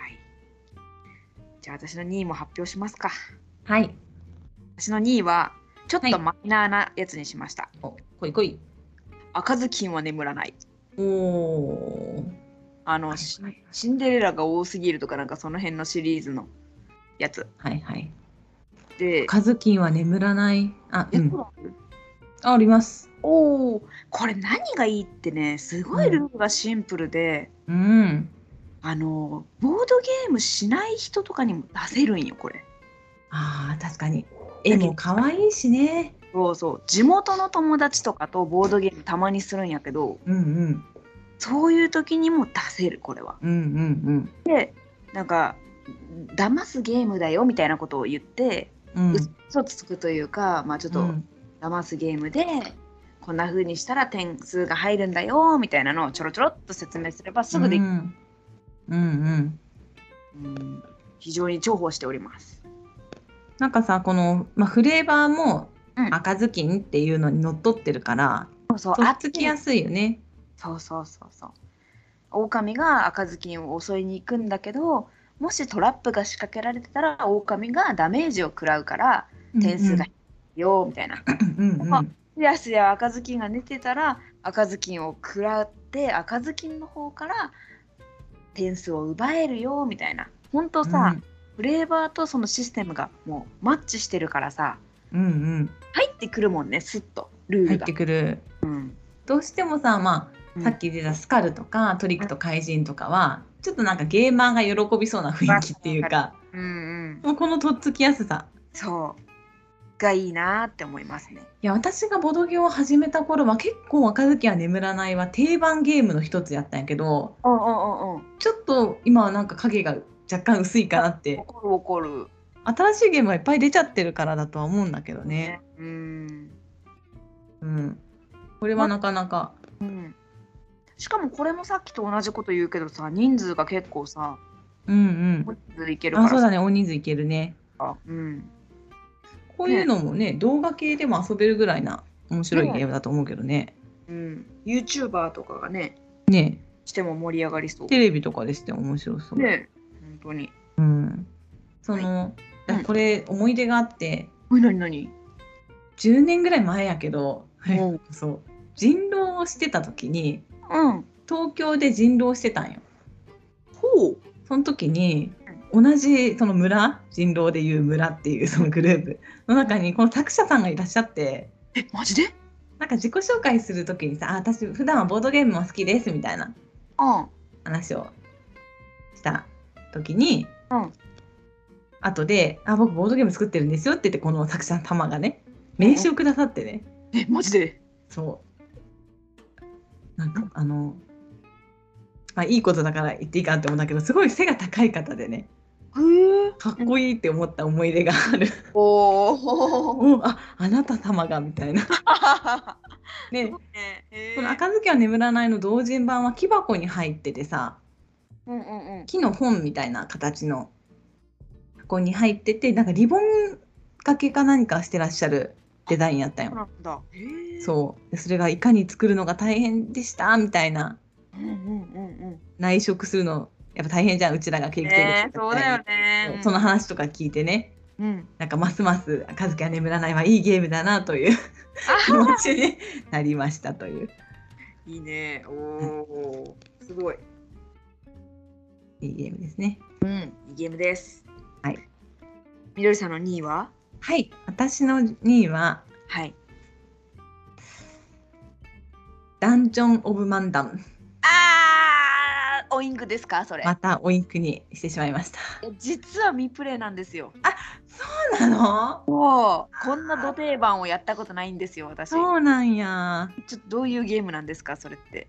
A: い。じゃあ私の2位も発表しますか。
B: はい。
A: 私の2位は、ちょっ
B: はい
A: とマイナーなやつにしました。
B: お、こいこい。
A: 赤ずきんは眠らない。
B: おお。
A: あの、シシンデレラが多すぎるとか、なんかその辺のシリーズのやつ。
B: はいはい。
A: で、
B: カズキンは眠らない。あ、う
A: え
B: ん。ああります。
A: おお、これ何がいいってね、すごいルールがシンプルで、
B: うん。
A: あのボードゲームしない人とかにも出せるんよこれ
B: ああ、確かに。絵も可愛いしね。
A: そうそう地元の友達とかとボードゲームたまにするんやけど
B: うんうん。
A: そういう時にも出せるこれは
B: うんうん
A: なんか騙すゲームだよみたいなことを言って、
B: うん。うん。
A: 嘘つくというかまあちょっ
B: う
A: と
B: ん
A: 騙すゲームで、こんな風にしたら点数が入るんだよみたいなのをちょろちょろっと説明すればすぐで
B: う
A: きる、
B: んうんうん。
A: うん非常に重宝しております
B: なんかさ、この、まあ、フレーバーも
A: うん
B: 赤ずきんっていうのにのっとってるから、
A: そうそう
B: と
A: あ
B: っつきやすいよね。
A: そうそうそうそう。狼が赤ずきんを襲いに行くんだけどもしトラップが仕掛けられてたら狼がダメージを食らうから点数がよみたいな。
B: うんうん
A: まあすやすや赤ずきんが寝てたら赤ずきんを食らって赤ずきんの方から点数を奪えるよみたいな。ほんとさ、
B: うん
A: フレーバーとそのシステムがもうマッチしてるからさ
B: うんうん
A: 入ってくるもんねスッとル
B: 入
A: ール
B: っ
A: が
B: て。くる
A: うん
B: どうしてもさまあさっき出たスカルとかトリックと怪人とかはちょっとなんかゲーマーが喜びそうな雰囲気っていうか
A: うんうん、
B: もうこのとっつきやすさ
A: そうがいいなって思いますね。
B: いや私がボドゲを始めた頃は結構若月は眠らないは定番ゲームの一つやったんやけど
A: うんうんうんうん。
B: ちょっと今はなんか影が若干薄いかなって
A: 怒る怒る。
B: 新しいゲームがいっぱい出ちゃってるからだとは思うんだけどね、。
A: うん。
B: うん、これはなかなか
A: うん。しかもこれもさっきと同じこと言うけどさ人数が結構さ
B: うん
A: 人数いけ
B: う
A: る
B: ん
A: か
B: あ
A: ら
B: そうだ
A: さ
B: ね大人数いけるね
A: うん。
B: こういうのもね動画系でも遊べるぐらいな面白いゲームだと思うけどね
A: うん。YouTuber とかがね
B: ね
A: しても盛り上がりそう。
B: テレビとかでしても面白そう、
A: ね本当に。
B: うん、その、
A: いうん
B: これ思い出があって
A: おい何何
B: 10年ぐらい前やけど、
A: うん
B: そう人狼をしてた時に
A: うん。
B: 東京で人狼してたんよ
A: ほう。
B: その時に同じその村人狼でいう村っていうそのグループの中にこの作者さんがいらっしゃって
A: えマジで？
B: なんか自己紹介する時にさ「あ私普段はボードゲームも好きです」みたいな
A: うん。
B: 話をした時に、
A: うん
B: 後で「あ僕ボードゲーム作ってるんですよ」って言ってこの作者様がね名刺をくださってね、
A: えマジで？
B: そうなんかあの、まあ、いいことだから言っていいかなって思うんだけどすごい背が高い方でね
A: へえ。
B: かっこいいって思った思い出がある、
A: おお。
B: おああなた様がみたいな。 ね この「
A: 赤。
B: 赤ずきは眠らない」の同人版は木箱に入っててさ
A: うんうんうん。
B: 木の本みたいな形の箱に入っててなんかリボン掛けか何かしてらっしゃるデザインやったん
A: そう
B: よ。
A: なんだ。へえ。
B: そうでそれがいかに作るのが大変でしたみたいな
A: うんうんうんうん。
B: 内職するのやっぱ大変じゃんうちらが経験
A: ねえ
B: と
A: そうだよね。
B: その話とか聞いてね
A: うん。
B: なんかますます「和樹は眠らない」はいいゲームだなという気持ちになりましたという
A: いいね。おお。すごい。
B: いいゲームですね。
A: うん。いいゲームです。
B: はい。
A: みどりさんの2位は？
B: はい私の2位は
A: はい。
B: ダンジョン・オブ・マンダム
A: ああ、オイングですかそれ
B: またオインクにしてしまいました。
A: 実は未プレイなんですよ。
B: そうなの
A: おお。こんなド定番をやったことないんですよ私。ちょ
B: そうなんや。
A: っとどういうゲームなんですかそれって。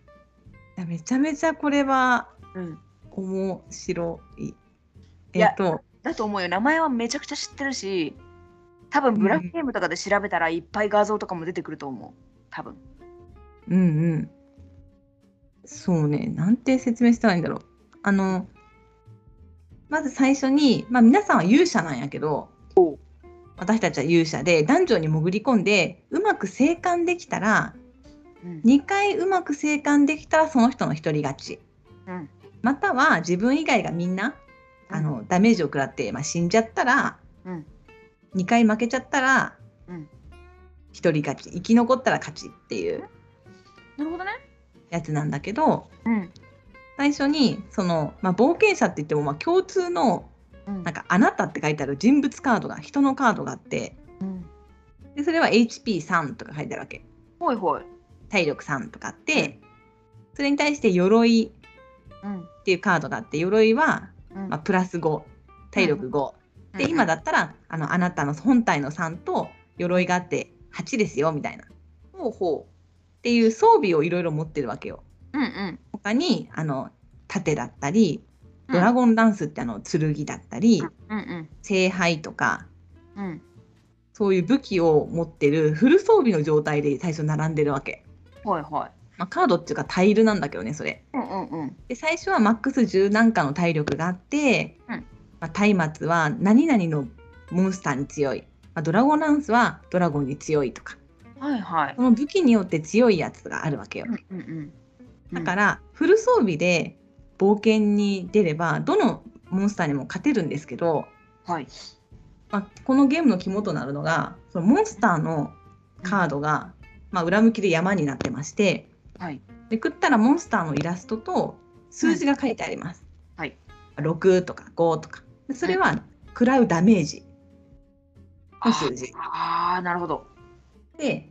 B: いやめちゃめちゃこれは
A: うん。
B: 面白い。え
A: や
B: っと、
A: だと思うよ名前はめちゃくちゃ知ってるし多分ブラックゲームとかで調べたらいっぱい画像とかも出てくると思う多分
B: うんうん。そうね、なんて説明したらいいんだろう。あの、まず最初に、まあ皆さんは勇者なんやけど、私たちは勇者で、男女に潜り込んで、うまく生還できたら、
A: うん
B: 2回うまく生還できたらその人の一人勝ち。
A: うん
B: または自分以外がみんなあのダメージを食らって、まあ、死んじゃったら、
A: うん
B: 2回負けちゃったら、
A: うん
B: 一人勝ち生き残ったら勝ちっていう
A: なるほどね
B: やつなんだけど
A: うん
B: 最初にその、まあ、冒険者って言っても、まあ、共通の
A: うん
B: なんか「あなた」って書いてある人物カードが人のカードがあって
A: うん
B: でそれは HP3 とか書いてあるわけ
A: ほいほい
B: 体力3とかあってそれに対して鎧
A: うん
B: っていうカードがあって鎧は、
A: うん
B: まあ、プラス5体力5、で今だったらあのあなたの本体の3と鎧があって8ですよみたいなっ
A: ほうほ
B: ていう装備をいろいろ持ってるわけよ。
A: ううんうん
B: 他にあの盾だったりドラゴンダンスってあの剣だったり、
A: うんうん
B: 聖杯とか
A: うんうん
B: そういう武器を持ってるフル装備の状態で最初並んでるわけ。
A: ほいほい
B: まあ、カードっていうかタイルなんだけどねそれ。
A: うんうんうん
B: で最初はマックス10なんかの体力があって、
A: うん
B: まあ、松明は何々のモンスターに強い、まあ、ドラゴンダンスはドラゴンに強いとか
A: はいはい
B: その武器によって強いやつがあるわけよ
A: う。んうん
B: だから、フル装備で冒険に出ればどのモンスターにも勝てるんですけど、
A: はい。
B: まあ、このゲームの肝となるのがそのモンスターのカードが、まあ、裏向きで山になってまして
A: はい。
B: で食ったらモンスターのイラストと数字が書いてあります。
A: はい、
B: 6とか5とかでそれは食らうダメージの数字。
A: ああ、なるほど。
B: で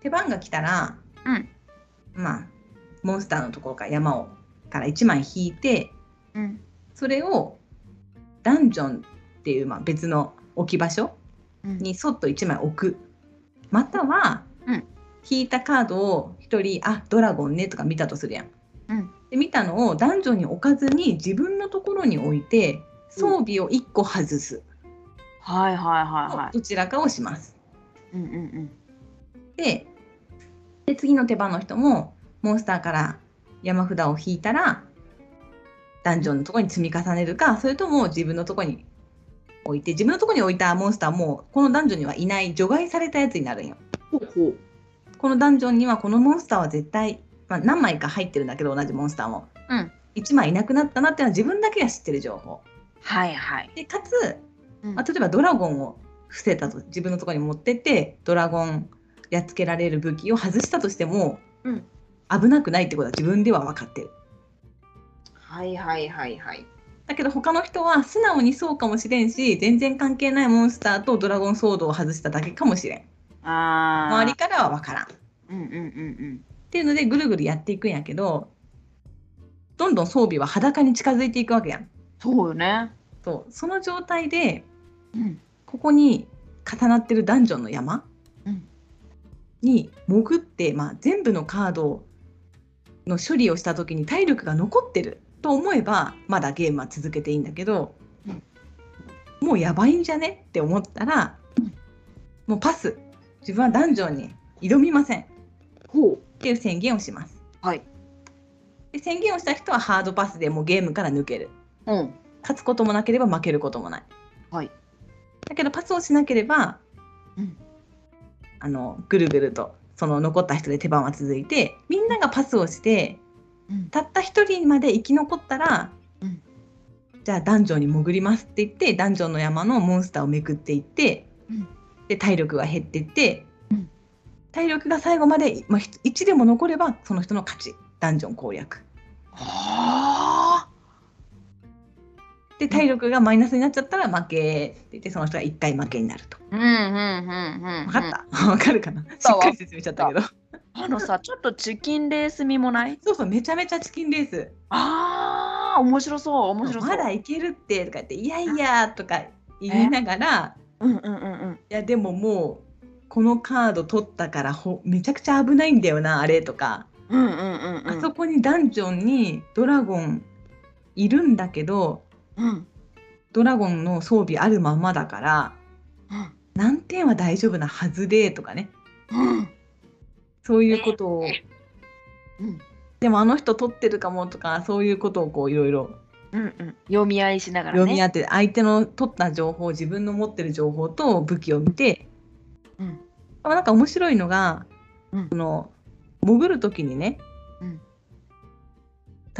B: 手番が来たら、
A: うん
B: まあモンスターのところから山をから1枚引いて
A: うん。
B: それをダンジョンっていう、まあ、別の置き場所
A: うん
B: にそっと1枚置くまたは、
A: うん
B: 引いたカードを1人「あドラゴンね」とか見たとするやん。
A: うん
B: で見たのをダンジョンに置かずに自分のところに置いて装備を1個外す、
A: はいはいはいはい。
B: どちらかをします。
A: うんうんうん。
B: でで次の手番の人もモンスターから山札を引いたらダンジョンのところに積み重ねるかそれとも自分のところに置いて自分のところに置いたモンスターはもうこのダンジョンにはいない除外されたやつになるんよ。
A: ほうほう。
B: このダンジョンにはこのモンスターは絶対、まあ、何枚か入ってるんだけど同じモンスターも、
A: うん
B: 1枚いなくなったなっていうのは自分だけが知ってる情報
A: はいはい。
B: でかつ
A: うん
B: まあ、例えばドラゴンを伏せたと自分のところに持ってってドラゴンやっつけられる武器を外したとしても、
A: うん
B: 危なくないってことは自分では分かってる
A: はいはいはいはい。
B: だけど他の人は素直にそうかもしれんし全然関係ないモンスターとドラゴンソードを外しただけかもしれん
A: ああ。
B: 周りからは分からんっ
A: うんうんうん
B: ていうのでぐるぐるやっていくんやけどどんどん装備は裸に近づいていくわけやん
A: うん。そうよね。
B: そうその状態で
A: うん。
B: ここに重なってるダンジョンの山
A: うん
B: に潜って、まあ、全部のカードの処理をした時に体力が残ってると思えばまだゲームは続けていいんだけど、もうやばいんじゃねって思ったら、もうパス自分はダンジョンに挑みませんっ
A: ほう。
B: ていう宣言をします。
A: はい。
B: で宣言をした人はハードパスでもうゲームから抜ける
A: うん。
B: 勝つこともなければ負けることもない。
A: はい。
B: だけどパスをしなければ、
A: うん
B: あのぐるぐるとその残った人で手番は続いてみんながパスをして
A: うん。
B: たった一人まで生き残ったら、
A: うん
B: じゃあダンジョンに潜りますって言ってダンジョンの山のモンスターをめくっていって、
A: うん
B: で体力が減っていって、
A: うん
B: 体力が最後まで、まあ、1でも残ればその人の勝ちダンジョン攻略。
A: はあ。
B: で体力がマイナスになっちゃったら負けって言ってその人が1回負けになると。
A: うんうんうんうん。
B: わかった わかるかなしっかり説明しちゃったけど。
A: あのさ、ちょっとチキンレース味もない
B: そうそうめちゃめちゃチキンレース
A: ああ、面白そう、面白そう。
B: まだいけるってとか言っていやいやとか言いながら
A: うんうんうんうん。
B: いやでももうこのカード取ったからほめちゃくちゃ危ないんだよなあれとか、
A: うんうんうんうん。
B: あそこにダンジョンにドラゴンいるんだけど
A: うん。うん。
B: ドラゴンの装備あるままだから何点は大丈夫なはずでとかね
A: うん。
B: そういうことを
A: うん。
B: でもあの人取ってるかもとかそういうことをこういろいろ
A: うんうん。読み合いしながらね。
B: 読み合って相手の取った情報自分の持ってる情報と武器を見て、
A: うん
B: あなんか面白いのが、
A: うん
B: その潜る時にね、
A: うん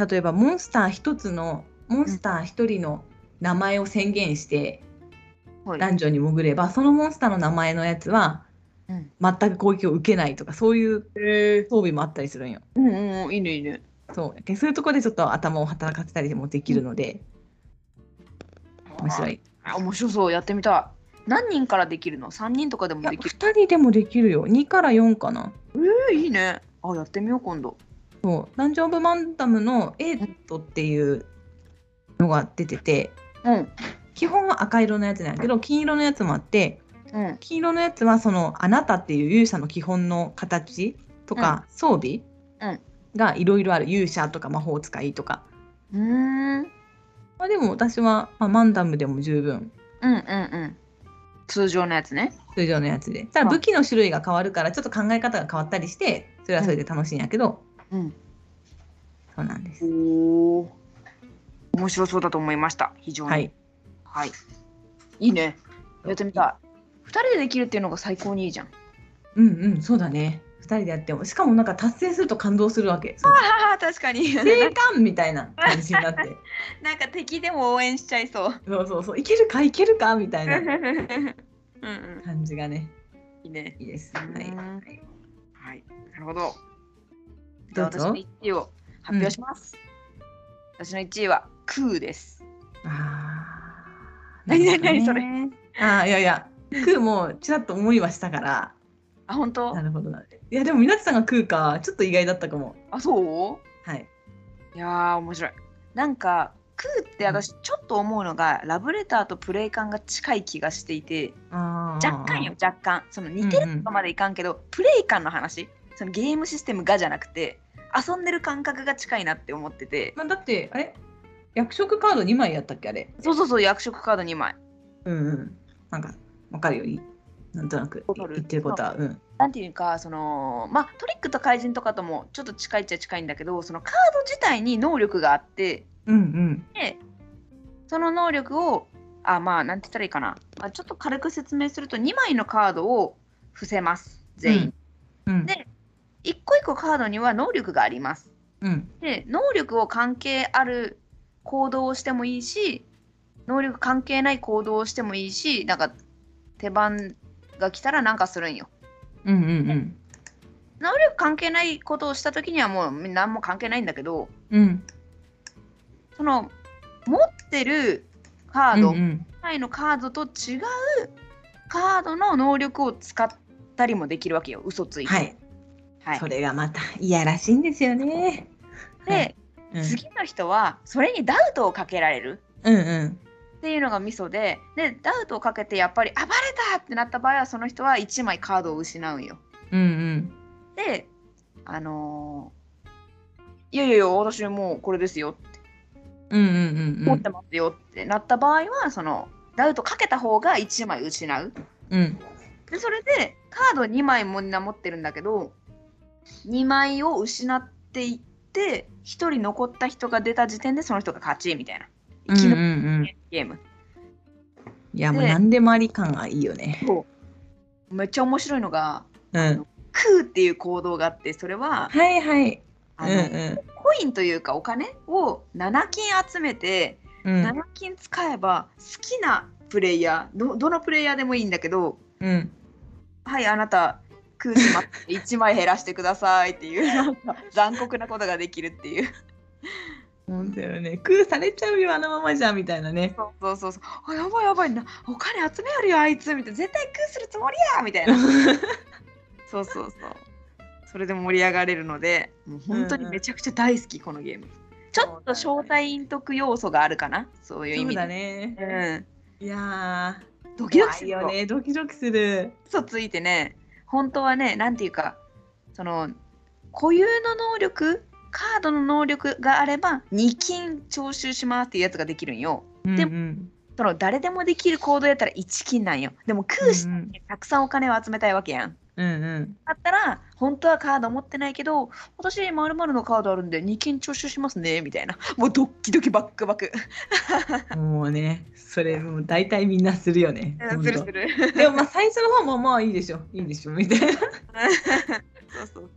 B: 例えばモンスター1つのモンスター1人の名前を宣言して、
A: はい
B: ダンジョンに潜ればそのモンスターの名前のやつは
A: うん
B: 全く攻撃を受けないとかそういう
A: へ
B: 装備もあったりするんよ。
A: うんうんうん、いいねいいね。
B: そうそういうところでちょっと頭を働かせたりもできるので面白い。
A: あ。面白そう、やってみたい。何人からできるの ?3 人とかでも
B: いや
A: できる。
B: 2人でもできるよ2から4かな
A: えーいいね。あ、やってみよう、今度。
B: そう「ダンジョン・オブ・マンダム」の「エイト」っていうのが出てて
A: うん。
B: 基本は赤色のやつなんやけど金色のやつもあって
A: うん。
B: 金色のやつはその「あなた」っていう勇者の基本の形とか装備
A: うん
B: がいろいろある勇者とか魔法使いとか、
A: うーん。うん
B: まあ、でも私は、まあ、マンダムでも十分
A: うんうん。通常のやつね。
B: 通常のやつでただ武器の種類が変わるからちょっと考え方が変わったりしてそれはそれで楽しいんやけど、
A: うん。
B: そうなんです。
A: おお。面白そうだと思いました。非常に。
B: はい
A: はい。いいね。やってみたい。二人でできるっていうのが最高にいいじゃん。
B: うんうんそうだね2人でやってもしかもなんか達成すると感動するわけその
A: ああ確かに
B: 生還みたいな感じになって
A: なんか敵でも応援しちゃいそう
B: そうそうそういけるかいけるかみたい
A: うん
B: な
A: うん
B: 感じがね
A: いいね
B: いいです、はい
A: うん
B: はい
A: はいなるほどじゃ
B: ど
A: あ私の
B: うぞ
A: 1位を発表します、私の1位はクーです
B: あ ー
A: 何々
B: なるほど
A: それ
B: ねあーいやいや食うもちらっと思いはしたから
A: あ本当
B: なるほどな。いやでもみなちさんが食うかちょっと意外だったかも。
A: あそう
B: はい。
A: いやー面白いなんかクーって私ちょっと思うのが、ラブレターとプレイ感が近い気がしていて
B: あー
A: 若干よ。若干その似てるとまでいかんけど、プレイ感の話そのゲームシステムがじゃなくて遊んでる感覚が近いなって思ってて
B: まあだってあれ役職カード2枚やったっけあれ。
A: そうそうそう役職カード2枚
B: うんうん。なんかわかるようになんとなく
A: わかる
B: 言ってることはうん。
A: なんていうかそのまあトリックと怪人とかともちょっと近いっちゃ近いんだけどそのカード自体に能力があって
B: うんうん。
A: でその能力をあまあなんて言ったらいいかな、まあ、ちょっと軽く説明すると2枚のカードを伏せます全員、
B: うん。
A: で一個一個カードには能力があります
B: うん。
A: で能力を関係ある行動をしてもいいし能力関係ない行動をしてもいいしなんか手番が来たらなんかするんよ
B: うんうんうん。
A: 能力関係ないことをした時にはもう何も関係ないんだけど
B: うん。
A: その持ってるカード、
B: うんうん
A: 前のカードと違うカードの能力を使ったりもできるわけよ嘘ついて、
B: はい。
A: はい
B: それがまたいやらしいんですよね。
A: で、
B: はい、うん
A: 次の人はそれにダウトをかけられる
B: うんうん。
A: っていうのがミソででダウトをかけてやっぱり「あバレた!」ってなった場合はその人は1枚カードを失うんよ。
B: うんうん。
A: であのーいやいやいや私もうこれですよ
B: うんうんうんう
A: 持っ
B: ん
A: てますよ」ってなった場合はそのダウトかけた方が1枚失う。
B: うん
A: でそれでカード2枚もみんな持ってるんだけど2枚を失っていって1人残った人が出た時点でその人が勝ちみたいな生き
B: う
A: 残
B: んう
A: り
B: んうん
A: ゲーム、
B: いやもう
A: で
B: 何でもあり感がいいよね。
A: めっちゃ面白いのが
B: うん。
A: 「食う」っていう行動があってそれは
B: はいはい。
A: あの、コインというかお金を7金集めて
B: うんうん
A: 7金使えば好きなプレイヤーどどのプレイヤーでもいいんだけど
B: うん。
A: はい、あなた、クーしまって1枚減らしてくださいっていう、なんか残酷なことができるっていう。
B: うん。だよね。食うされちゃうよあのままじゃみたい なね。
A: そうそうそうそう。あ、やばいやばいな、お金集めよるよ、あいつみたいな。絶対クーするつもりやみたいな。そうそうそう。それで盛り上がれるので、もう本当にめちゃくちゃ大好き、このゲーム。ちょっと招待隠匿要素があるかな、そういう意
B: そう
A: 味
B: だ
A: で。
B: ね。
A: うん。
B: いや
A: ド
B: ー。
A: キドキす
B: 怖
A: る
B: いよ
A: よね。
B: ね。ドキドキする。
A: 嘘ついてね、本当はね、なんていうか、その、固有の能力、カードの能力があれば、2金徴収しますっていうやつができるんよ。でも
B: うん
A: その、誰でもできる行動やったら1金なんよ。でも、空し
B: うんうん
A: てたくさんお金を集めたいわけやん。
B: うんうん
A: だったら、本当はカード持ってないけど、私、まるのカードあるんで、2金徴収しますね、みたいな。もう、ドッキドキバックバック。
B: うん。もうね、それもう大体みんなするよね。
A: うんするす
B: ほん
A: る。
B: とでもまあ最初の方もまあいいでしょ、いいでしょみた いな。
A: そうそうそう。っ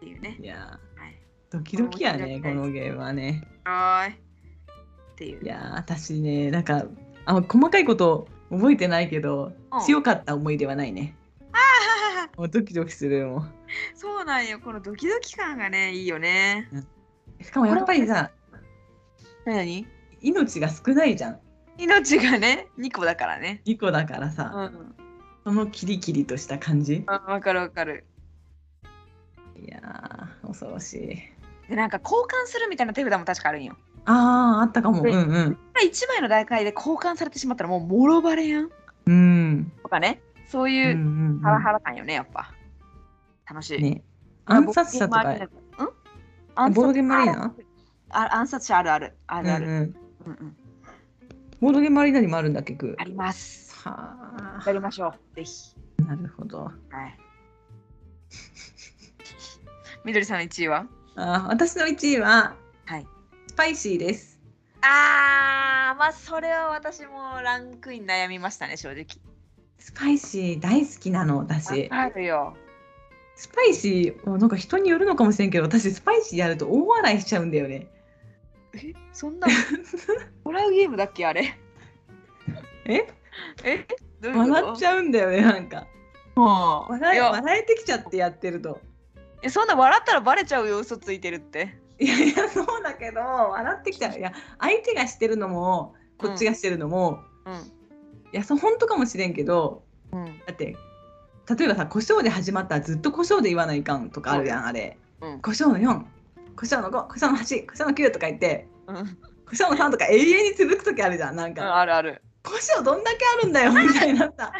A: ていうね
B: い。や
A: はい
B: ー、ドキドキやね、
A: こ
B: こ
A: れも
B: のゲームはね。
A: はーい。っていう。
B: いやー私ねなんかあ細かいこと覚えてないけど、
A: うん
B: 強かった思い出はないねもうドキドキするも
A: そうなんよ、このドキドキ感がね、いいよね。
B: うしかもやっぱりさ
A: 何
B: 命が少ないじゃん
A: 命がね、2個だからね。
B: 2個だから
A: う
B: さ、
A: ん。
B: そのキリキリとした感じ
A: あわかるわかる。
B: いやー恐ろしい
A: で、なんか交換するみたいな手札も確かあるんよ。
B: あーあったかもう
A: で
B: んうん
A: 1枚の大会で交換されてしまったらもうもろバレやん
B: うん
A: とかね。そう
B: うんう
A: いうんハラハラ感よね、やっぱ。楽し
B: う
A: い。
B: んね暗殺者と
A: ん
B: か
A: 暗殺
B: ボードゲームアリーナ
A: あ暗殺者あるある。あ
B: う
A: る
B: ん
A: ある。
B: うん
A: うんうん、
B: ボードゲームアリーナにもあるんだっけグー
A: あります。
B: は
A: やりましょう。ぜひ。
B: あなるほ ど
A: はい。みどりさんの1位は
B: あー私の1位は
A: はい。
B: スパイシーです
A: あーまあそれは私もランクイン悩みましたね正直
B: スパイシー大好きなの私
A: わかるよ
B: スパイシー、もうなんか人によるのかもしれんけど、私スパイシーやると大笑いしちゃうんだよね。
A: えそんな笑うゲームだっけあれ
B: え
A: えどういうこと
B: 笑っちゃうんだよね、なんか。
A: もう
B: 笑
A: い
B: え
A: や
B: 笑えてきちゃってやってると。
A: えそんな笑ったらバレちゃうよ嘘ついてるって
B: いやいや、そうだけど、笑ってきたら、いや、相手がしてるのも、こっちがしてるのも、
A: うん
B: いや、そう本当かもしれんけど、
A: うん
B: だって、例えばさ、胡椒で始まったらずっと胡椒で言わないかんとかあるじゃん、あれ。
A: うん
B: 胡椒の4、胡椒の5、胡椒の8、胡椒の9とか言って、
A: うん、うん、
B: 胡椒の3とか永遠に続く時あるじゃん、なんか。
A: あるある
B: 胡椒どんだけあるんだよみたいなさ あ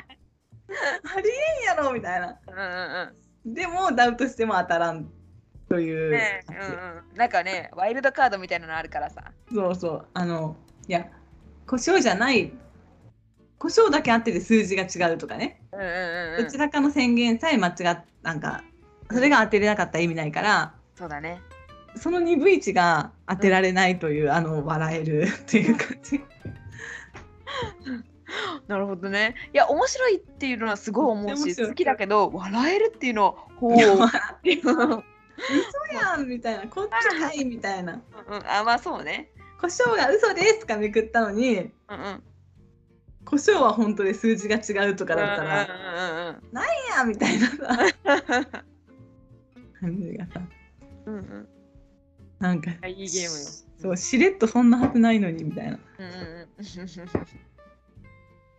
B: りえんやろみたいな
A: うんうんうん
B: でもダウトしても当たらんという、
A: ねえうんうん、なんかねワイルドカードみたいなのあるからさ
B: そうそうあのいや胡椒じゃない胡椒だけあってて数字が違うとかね、
A: うんうんうんう
B: ど
A: ん
B: ちらかの宣言さえ間違っなんかそれが当てれなかったら意味ないから
A: そうだね
B: その鈍い位置が当てられないという、あの笑えるっていう感じ
A: なるほどねいや面白いっていうのはすごい思う
B: 面
A: し
B: 白い
A: 好きだけど笑えるっていうのはほう
B: いや
A: う
B: 嘘
A: ん
B: やんみたいなこっちかいみたいな
A: あまあそうね
B: 胡椒が嘘ですかめくったのに
A: うんうん
B: 胡椒は本当で数字が違うとかだったら「い
A: ら
B: や」みたいなさ感じがさ
A: うんうん うん
B: なんか
A: いやいいゲームよ
B: そうしれっとそんなはずないのにみたいな
A: うんうん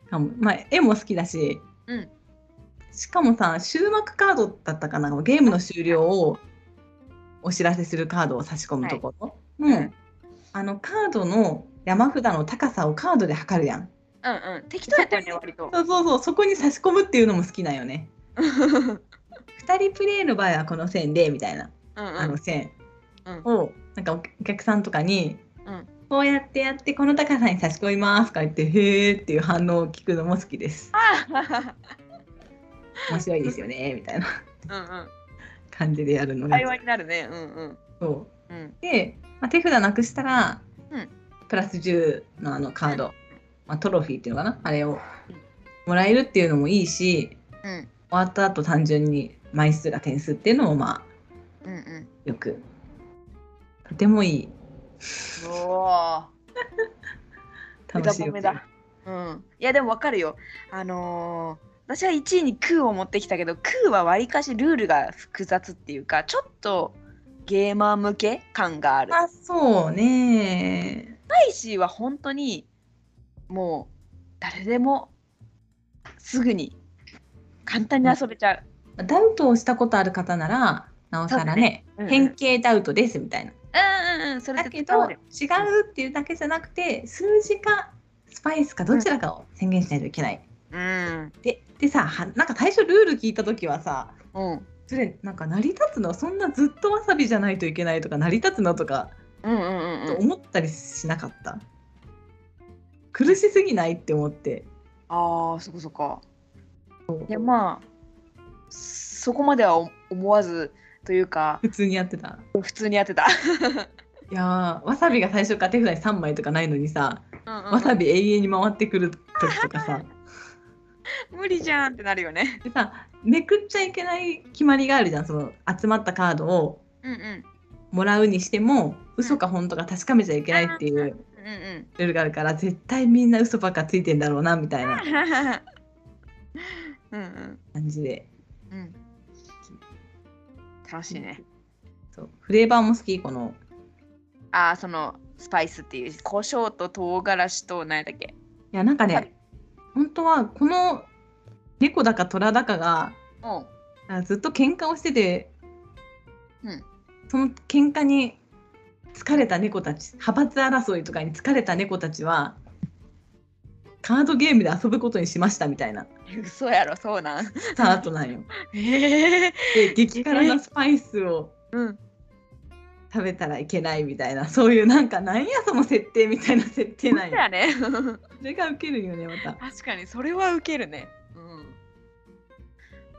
B: かもまあ絵も好きだし、
A: うん
B: しかもさ終幕カードだったかなゲームの終了をお知らせするカードを差し込むところ、
A: い
B: うんあのカードの山札の高さをカードで測るやん
A: うんうんうん適当やったよね割と
B: そうそうそうそこに差し込むっていうのも好きなんよね
A: うん
B: 2人プレイの場合はこの線でみたいな
A: うん
B: あの線
A: うん
B: をなんかお客さんとかに
A: うん
B: 「こうやってやってこの高さに差し込みます」とか言って「へーっていう反応を聞くのも好きです面白いですよねみたいな
A: うんうん
B: 感じでやるのが
A: 会話になるねうんうん
B: そう
A: うん
B: で、まあ、手札なくしたら、
A: うん
B: プラス10のあのカード、まあ、トロフィーっていうのかなあれをもらえるっていうのもいいし
A: うん
B: 終わった後単純に枚数が点数っていうのもまあ
A: うんうん
B: よくとてもいいう
A: おー
B: 楽しい
A: 枝
B: よ
A: 豆だ。うん、いやでもわかるよ。あのー私は1位に空を持ってきたけど空はわりかしルールが複雑っていうかちょっとゲーマー向け感がある。
B: あそうね
A: スパイシーは本当にもう誰でもすぐに簡単に遊べちゃ
B: ダウトをしたことある方ならなおさらね
A: そうだねうんうん
B: 変形ダウトですみたいな、
A: う。うんうんうんそれ
B: だ
A: で
B: け
A: 伝
B: ど
A: わ
B: 違
A: る
B: うっていうだけじゃなくて数字かスパイスかどちらかを宣言しないといけない、
A: うん
B: ででさはなんか最初ルール聞いた時はさ
A: うん
B: それなんか成り立つのそんなずっとわさびじゃないといけないとか成り立つのとか
A: うんうんうんう
B: と
A: ん。
B: 思ったりしなかった、苦しすぎないって思って
A: ああそこそこ。いやまあそこまでは思わずというか
B: 普通にやってた
A: 普通にやってた。
B: いやーわさびが最初から手札に3枚とかないのにさ
A: うんうん
B: わさび永遠に回ってくる時とかさ
A: 無理じゃんってなるよね。
B: でさめくっちゃいけない決まりがあるじゃんその集まったカードを
A: うんうん
B: もらうにしても嘘か本当か確かめちゃいけないっていう
A: うん うん。
B: ルールがあるから絶対みんな嘘ばっかついてんだろうなみたいな
A: うんうん
B: 感じで
A: うん。楽しいね。
B: そうフレーバーも好きこの
A: ああそのスパイスっていう胡椒と唐辛子と何だっけ。
B: いやなんかね、
A: はい
B: 本当はこの猫だか虎だかが
A: うん
B: あずっと喧嘩をしてて、
A: うん
B: その喧嘩に疲れた猫たち派閥争いとかに疲れた猫たちはカードゲームで遊ぶことにしましたみたいな
A: 嘘やろそうなん。
B: スタートなんよ。
A: ええ
B: で激辛なスパイスを
A: うん
B: 食べたらいけないみたいなそういうなんかなんやその設定みたいな設定な
A: そ
B: ん
A: う
B: よ。
A: やね。
B: それがウケるよねまた。
A: 確かにそれはウケるね。うん。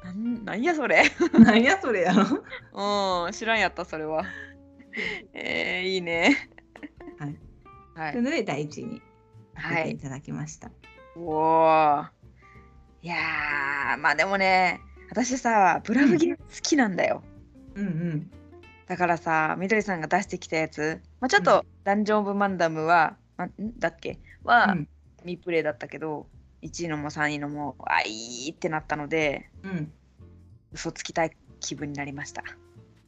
A: なんなんやそれ。
B: なんやそれやろ
A: うん知らんやったそれは。えー、いいね。
B: はい。
A: は
B: と
A: い
B: いう。ので第一に
A: は
B: 出て
A: い
B: い。ただきました。
A: おお。いやー、まあでもね、私さ、ブラフゲーム好きなんだよ
B: うんうん
A: だからさみどりさんが出してきたやつ、まあ、ちょっと「ダンジョン・オブ・マンダムは」まんだっけは、
B: うん
A: ミプレイだったけど1位のも3位のもあいいってなったので
B: うん
A: 嘘つきたい気分になりました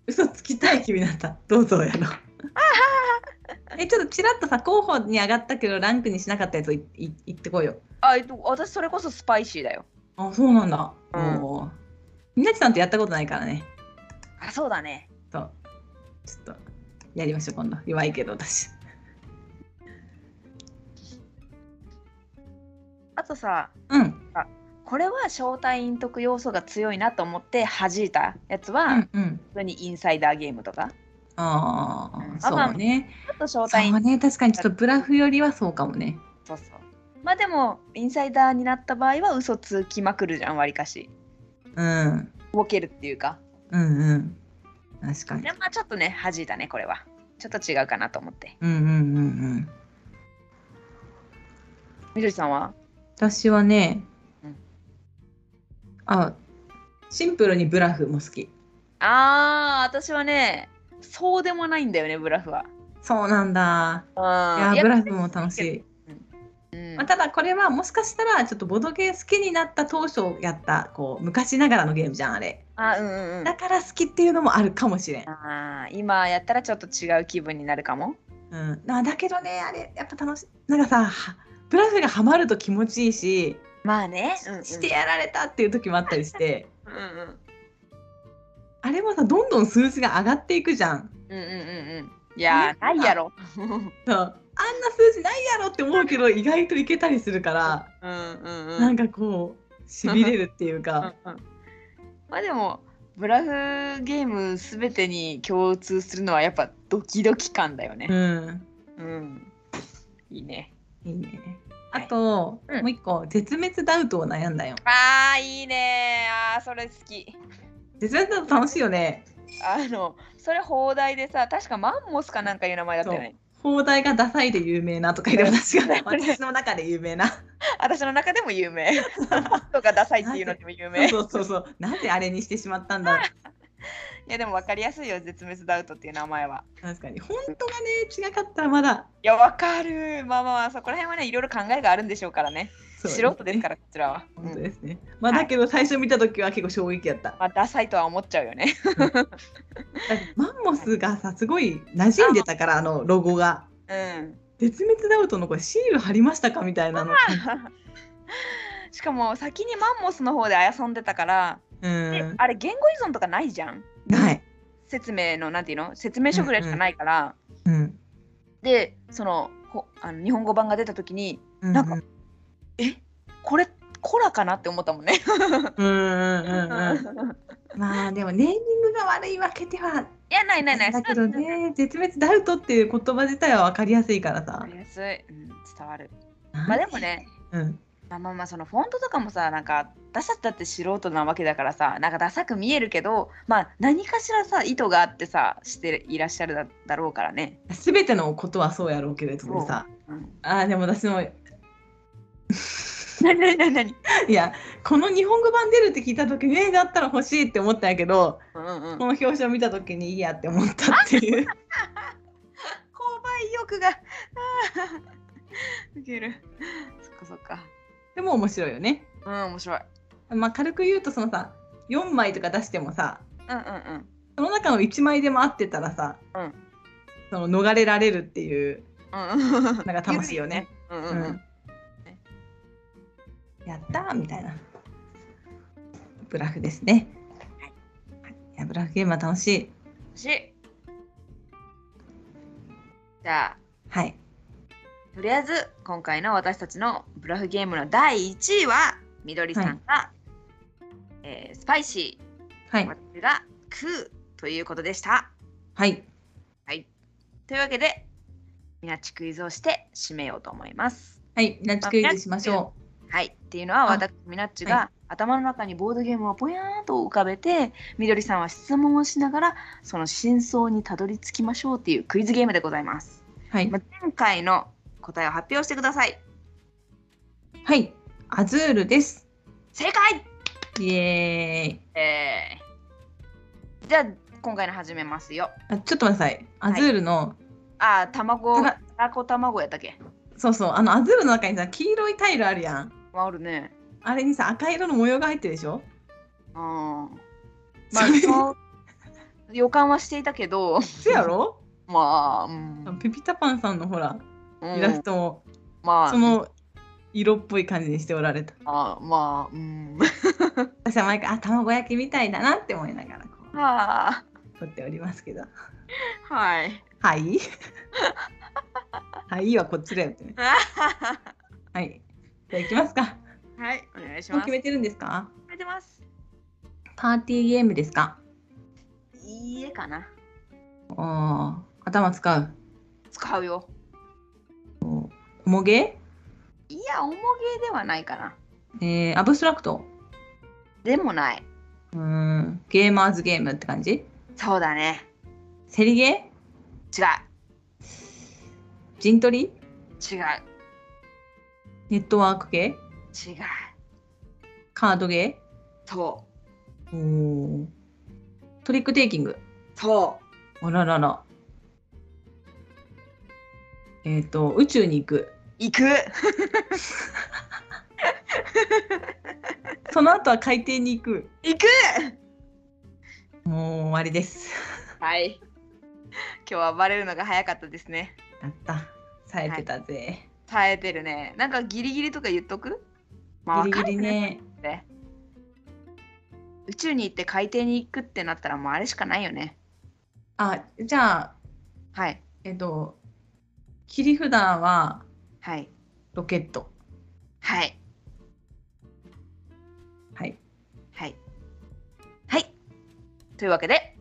B: 嘘つきたい気になったどうぞ やろうえちょっとちらっとさ候補に上がったけどランクにしなかったやついい言ってこいよ
A: あえっと私それこそスパイシーだよ
B: あそうなんだ、
A: うん
B: おーみなちさんとやったことないからね
A: あそうだね
B: そうちょっとやりましょう今度弱いけど私
A: あとさ
B: うん
A: これは招待陰徳要素が強いなと思って弾いたやつ
B: う
A: は、
B: んうん
A: 普通にインサイダーゲームとか
B: ああ、
A: うん
B: そうね
A: ちょっと招待
B: そ
A: 陰
B: うね確かにちょっとブラフよりはそうかもね
A: そうそうまあでもインサイダーになった場合は嘘つきまくるじゃんわりかし
B: うん
A: ボケるっていうか
B: うんうん確かに
A: でまあちょっとね弾いたねこれはちょっと違うかなと思って
B: うんうんうんうん
A: みどりさんは
B: 私はね、
A: うん
B: あシンプルにブラフも好き
A: あー私はねそうでもないんだよねブラフは
B: そうなんだい
A: うん
B: やブラフも楽しい、
A: うん
B: まあ、ただこれはもしかしたらちょっとボドゲ好きになった当初やったこう昔ながらのゲームじゃんあれ
A: あうんうんうん
B: だから好きっていうのもあるかもしれん、
A: あー今やったらちょっと違う気分になるかも
B: うん、だだけどねあれやっぱ楽しいなんかさはブラフがハマると気持ちいいし
A: まあね、うんうん、
B: してやられたっていう時もあったりして、
A: うんうんうん
B: あれもさどんどん数字が上がっていくじゃん
A: うんうんうんいやーないやろうん
B: そうあんな数字ないやろって思うけど意外といけたりするから
A: うんうん
B: なんかこうしびれるっていうか
A: うんうんまあでもブラフゲームすべてに共通するのはやっぱドキドキ感だよ
B: う
A: ね。
B: ん
A: うん、いいね。
B: いいね
A: は
B: あ
A: い
B: と、
A: うん
B: もう一個絶滅ダウトを悩んだよ
A: あーいいねあーそれ好き。
B: 絶滅ダウト楽しいよね
A: あのそれ放題でさ確かマンモスかなんかいう名前だったよね。
B: 放題がダサいで有名なとか言って私が私の中で有名な
A: 私の中でも有名。とかダサいっていうのでも有名。い
B: そうそうそうそうなんであれにしてしまったんだろう
A: やでも分かりやすいよ絶滅ダウトっていう名前は。
B: 確かに本当がね違かったらまだ
A: いや分かる。まあまあまあそこら辺はねいろいろ考えがあるんでしょうからね。素人ですかららこちらは。う
B: 本当
A: ん
B: ですね、まあだけど最初見た時は結構衝撃やった
A: まあダサいとは思っちゃうよね。
B: だってマンモスがさすごい馴染んでたからあのロゴが
A: うん
B: 絶滅ダウトのこれシール貼りましたかみたいなの
A: しかも先にマンモスの方で遊んでたから、
B: うん
A: あれ言語依存とかないじゃん
B: ない、
A: 説明のなんていうの説明書ぐらいしかないから、
B: うん
A: でそのほあの日本語版が出た時に
B: うん
A: なんかこれコラかなって思ったもんね。
B: うんうんうんうん まあでもネーミングが悪いわけではい
A: や ないないない。
B: だけどね絶滅ダウトっていう言葉自体は分かりやすいから
A: わ
B: さ
A: かりやすい、うん、伝わる。まあでもね
B: うん
A: まあまあまあそのフォントとかもさなんかダサだって素人なわけだからさなんかダサく見えるけどまあ何かしらさ意図があってさしていらっしゃるだだろうからね。
B: 全てのことはそうやろうけれどもさ
A: うん、
B: あーでも私も
A: なになになになに
B: いやこの日本語版出るって聞いた時ねだったら欲しいって思ったんやけど
A: うん うんうん
B: この表紙を見た時にいいやって思ったってい
A: 購
B: う
A: 買意欲が。あーウケる。そっかそっか。
B: でも面白いよね。
A: うん、面白い。
B: まあ、軽く言うとそのさ4枚とか出してもさ
A: うんうん
B: その中の1枚でも合ってたらさ、
A: うん
B: その逃れられるっていう
A: うん。うん。
B: のが楽しいよね。
A: うん
B: う
A: うんんうん。
B: やったーみたいな。ブラフですね。いやブラフゲームは楽しい。
A: し。じゃあ、
B: はい。
A: とりあえず今回の私たちのブラフゲームの第1位は、みどりさんが、えースパイシ
B: は
A: ー、
B: い。
A: 私がクーということでした。
B: はい。
A: はい。というわけで、みなちクイズをして締めようと思います。
B: はい。ナッチクイズしましょ
A: はい、っていうのは
B: あ
A: 私ミナッチが、
B: は
A: 頭の中にボードゲームをぽやーんと浮かべてみどりさんは質問をしながらその真相にたどり着きましょうっていうクイズゲームでございます、
B: う。はい
A: ま。あ、前回の答えを発表してください
B: はい。アズールです。
A: 正解
B: イエーイ。
A: えじゃあ今回の始めますよ。
B: あちょっと待ってください。アズールの、
A: あー、卵、
B: ただ
A: たらこ卵やったっけ
B: そうそう、あのアズールの中にさ、黄色いタイルあるやん。
A: まああるね。
B: あれにさ、赤色の模様が入ってるでしょ
A: あーまあ
B: それ
A: そう予感はしていたけど、
B: そうやろ
A: まあ、うん
B: あのペピタパンさんのほら、
A: うん
B: イラストも、
A: まあ、
B: その色っぽい感じにしておられた。
A: あまあ、うん。
B: 私は毎回、あ、卵焼きみたいだなって思いながら、こう、
A: はあ、
B: 撮っておりますけど。
A: はい。
B: はいはいはこっちだよってね。
A: は
B: はい。じゃあ行きますか。
A: い、お願いし
B: もう
A: ます。
B: 決めてるんですか
A: 決めてます。
B: パーティーゲームですか
A: いいえかな。
B: おー頭使う。
A: 使うよ。
B: おもげ
A: いや、重げではないかな。
B: えー、アブストラクト。
A: でもない。
B: うーん。ゲーマーズゲームって感じ
A: そうだね。
B: セリゲ
A: 違う。
B: ー陣取り
A: 違う。
B: ネットワーク系
A: 違う。
B: カードゲ
A: そ
B: ーおートリックテイキング。
A: う。そ
B: あららら。えっ、ー、と、宇宙に行く。
A: う。行く。
B: その後は海底に行く。
A: 行く。
B: もう終わりです。
A: はい。今日はバレるのが早かったですね。
B: やった。冴えてたぜ。
A: 耐えてるね。なんかギリギリとか言っとくまあ、
B: ギリギリ
A: わ
B: ね。
A: かるよね宇宙に行って海底に行くってなったらもうあれしかないよね。
B: あ、じゃあ、
A: はい。
B: えっと、切り札は
A: はい。
B: ロケット。
A: はい。
B: はい。
A: はい。はい。というわけで、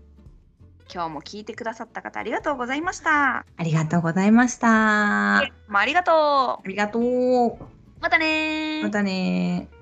A: 今日も聞いてくださった方ありがとうございました。
B: ありがとうございました。あ
A: もうありがとう。
B: りがとう。
A: またねー
B: またねー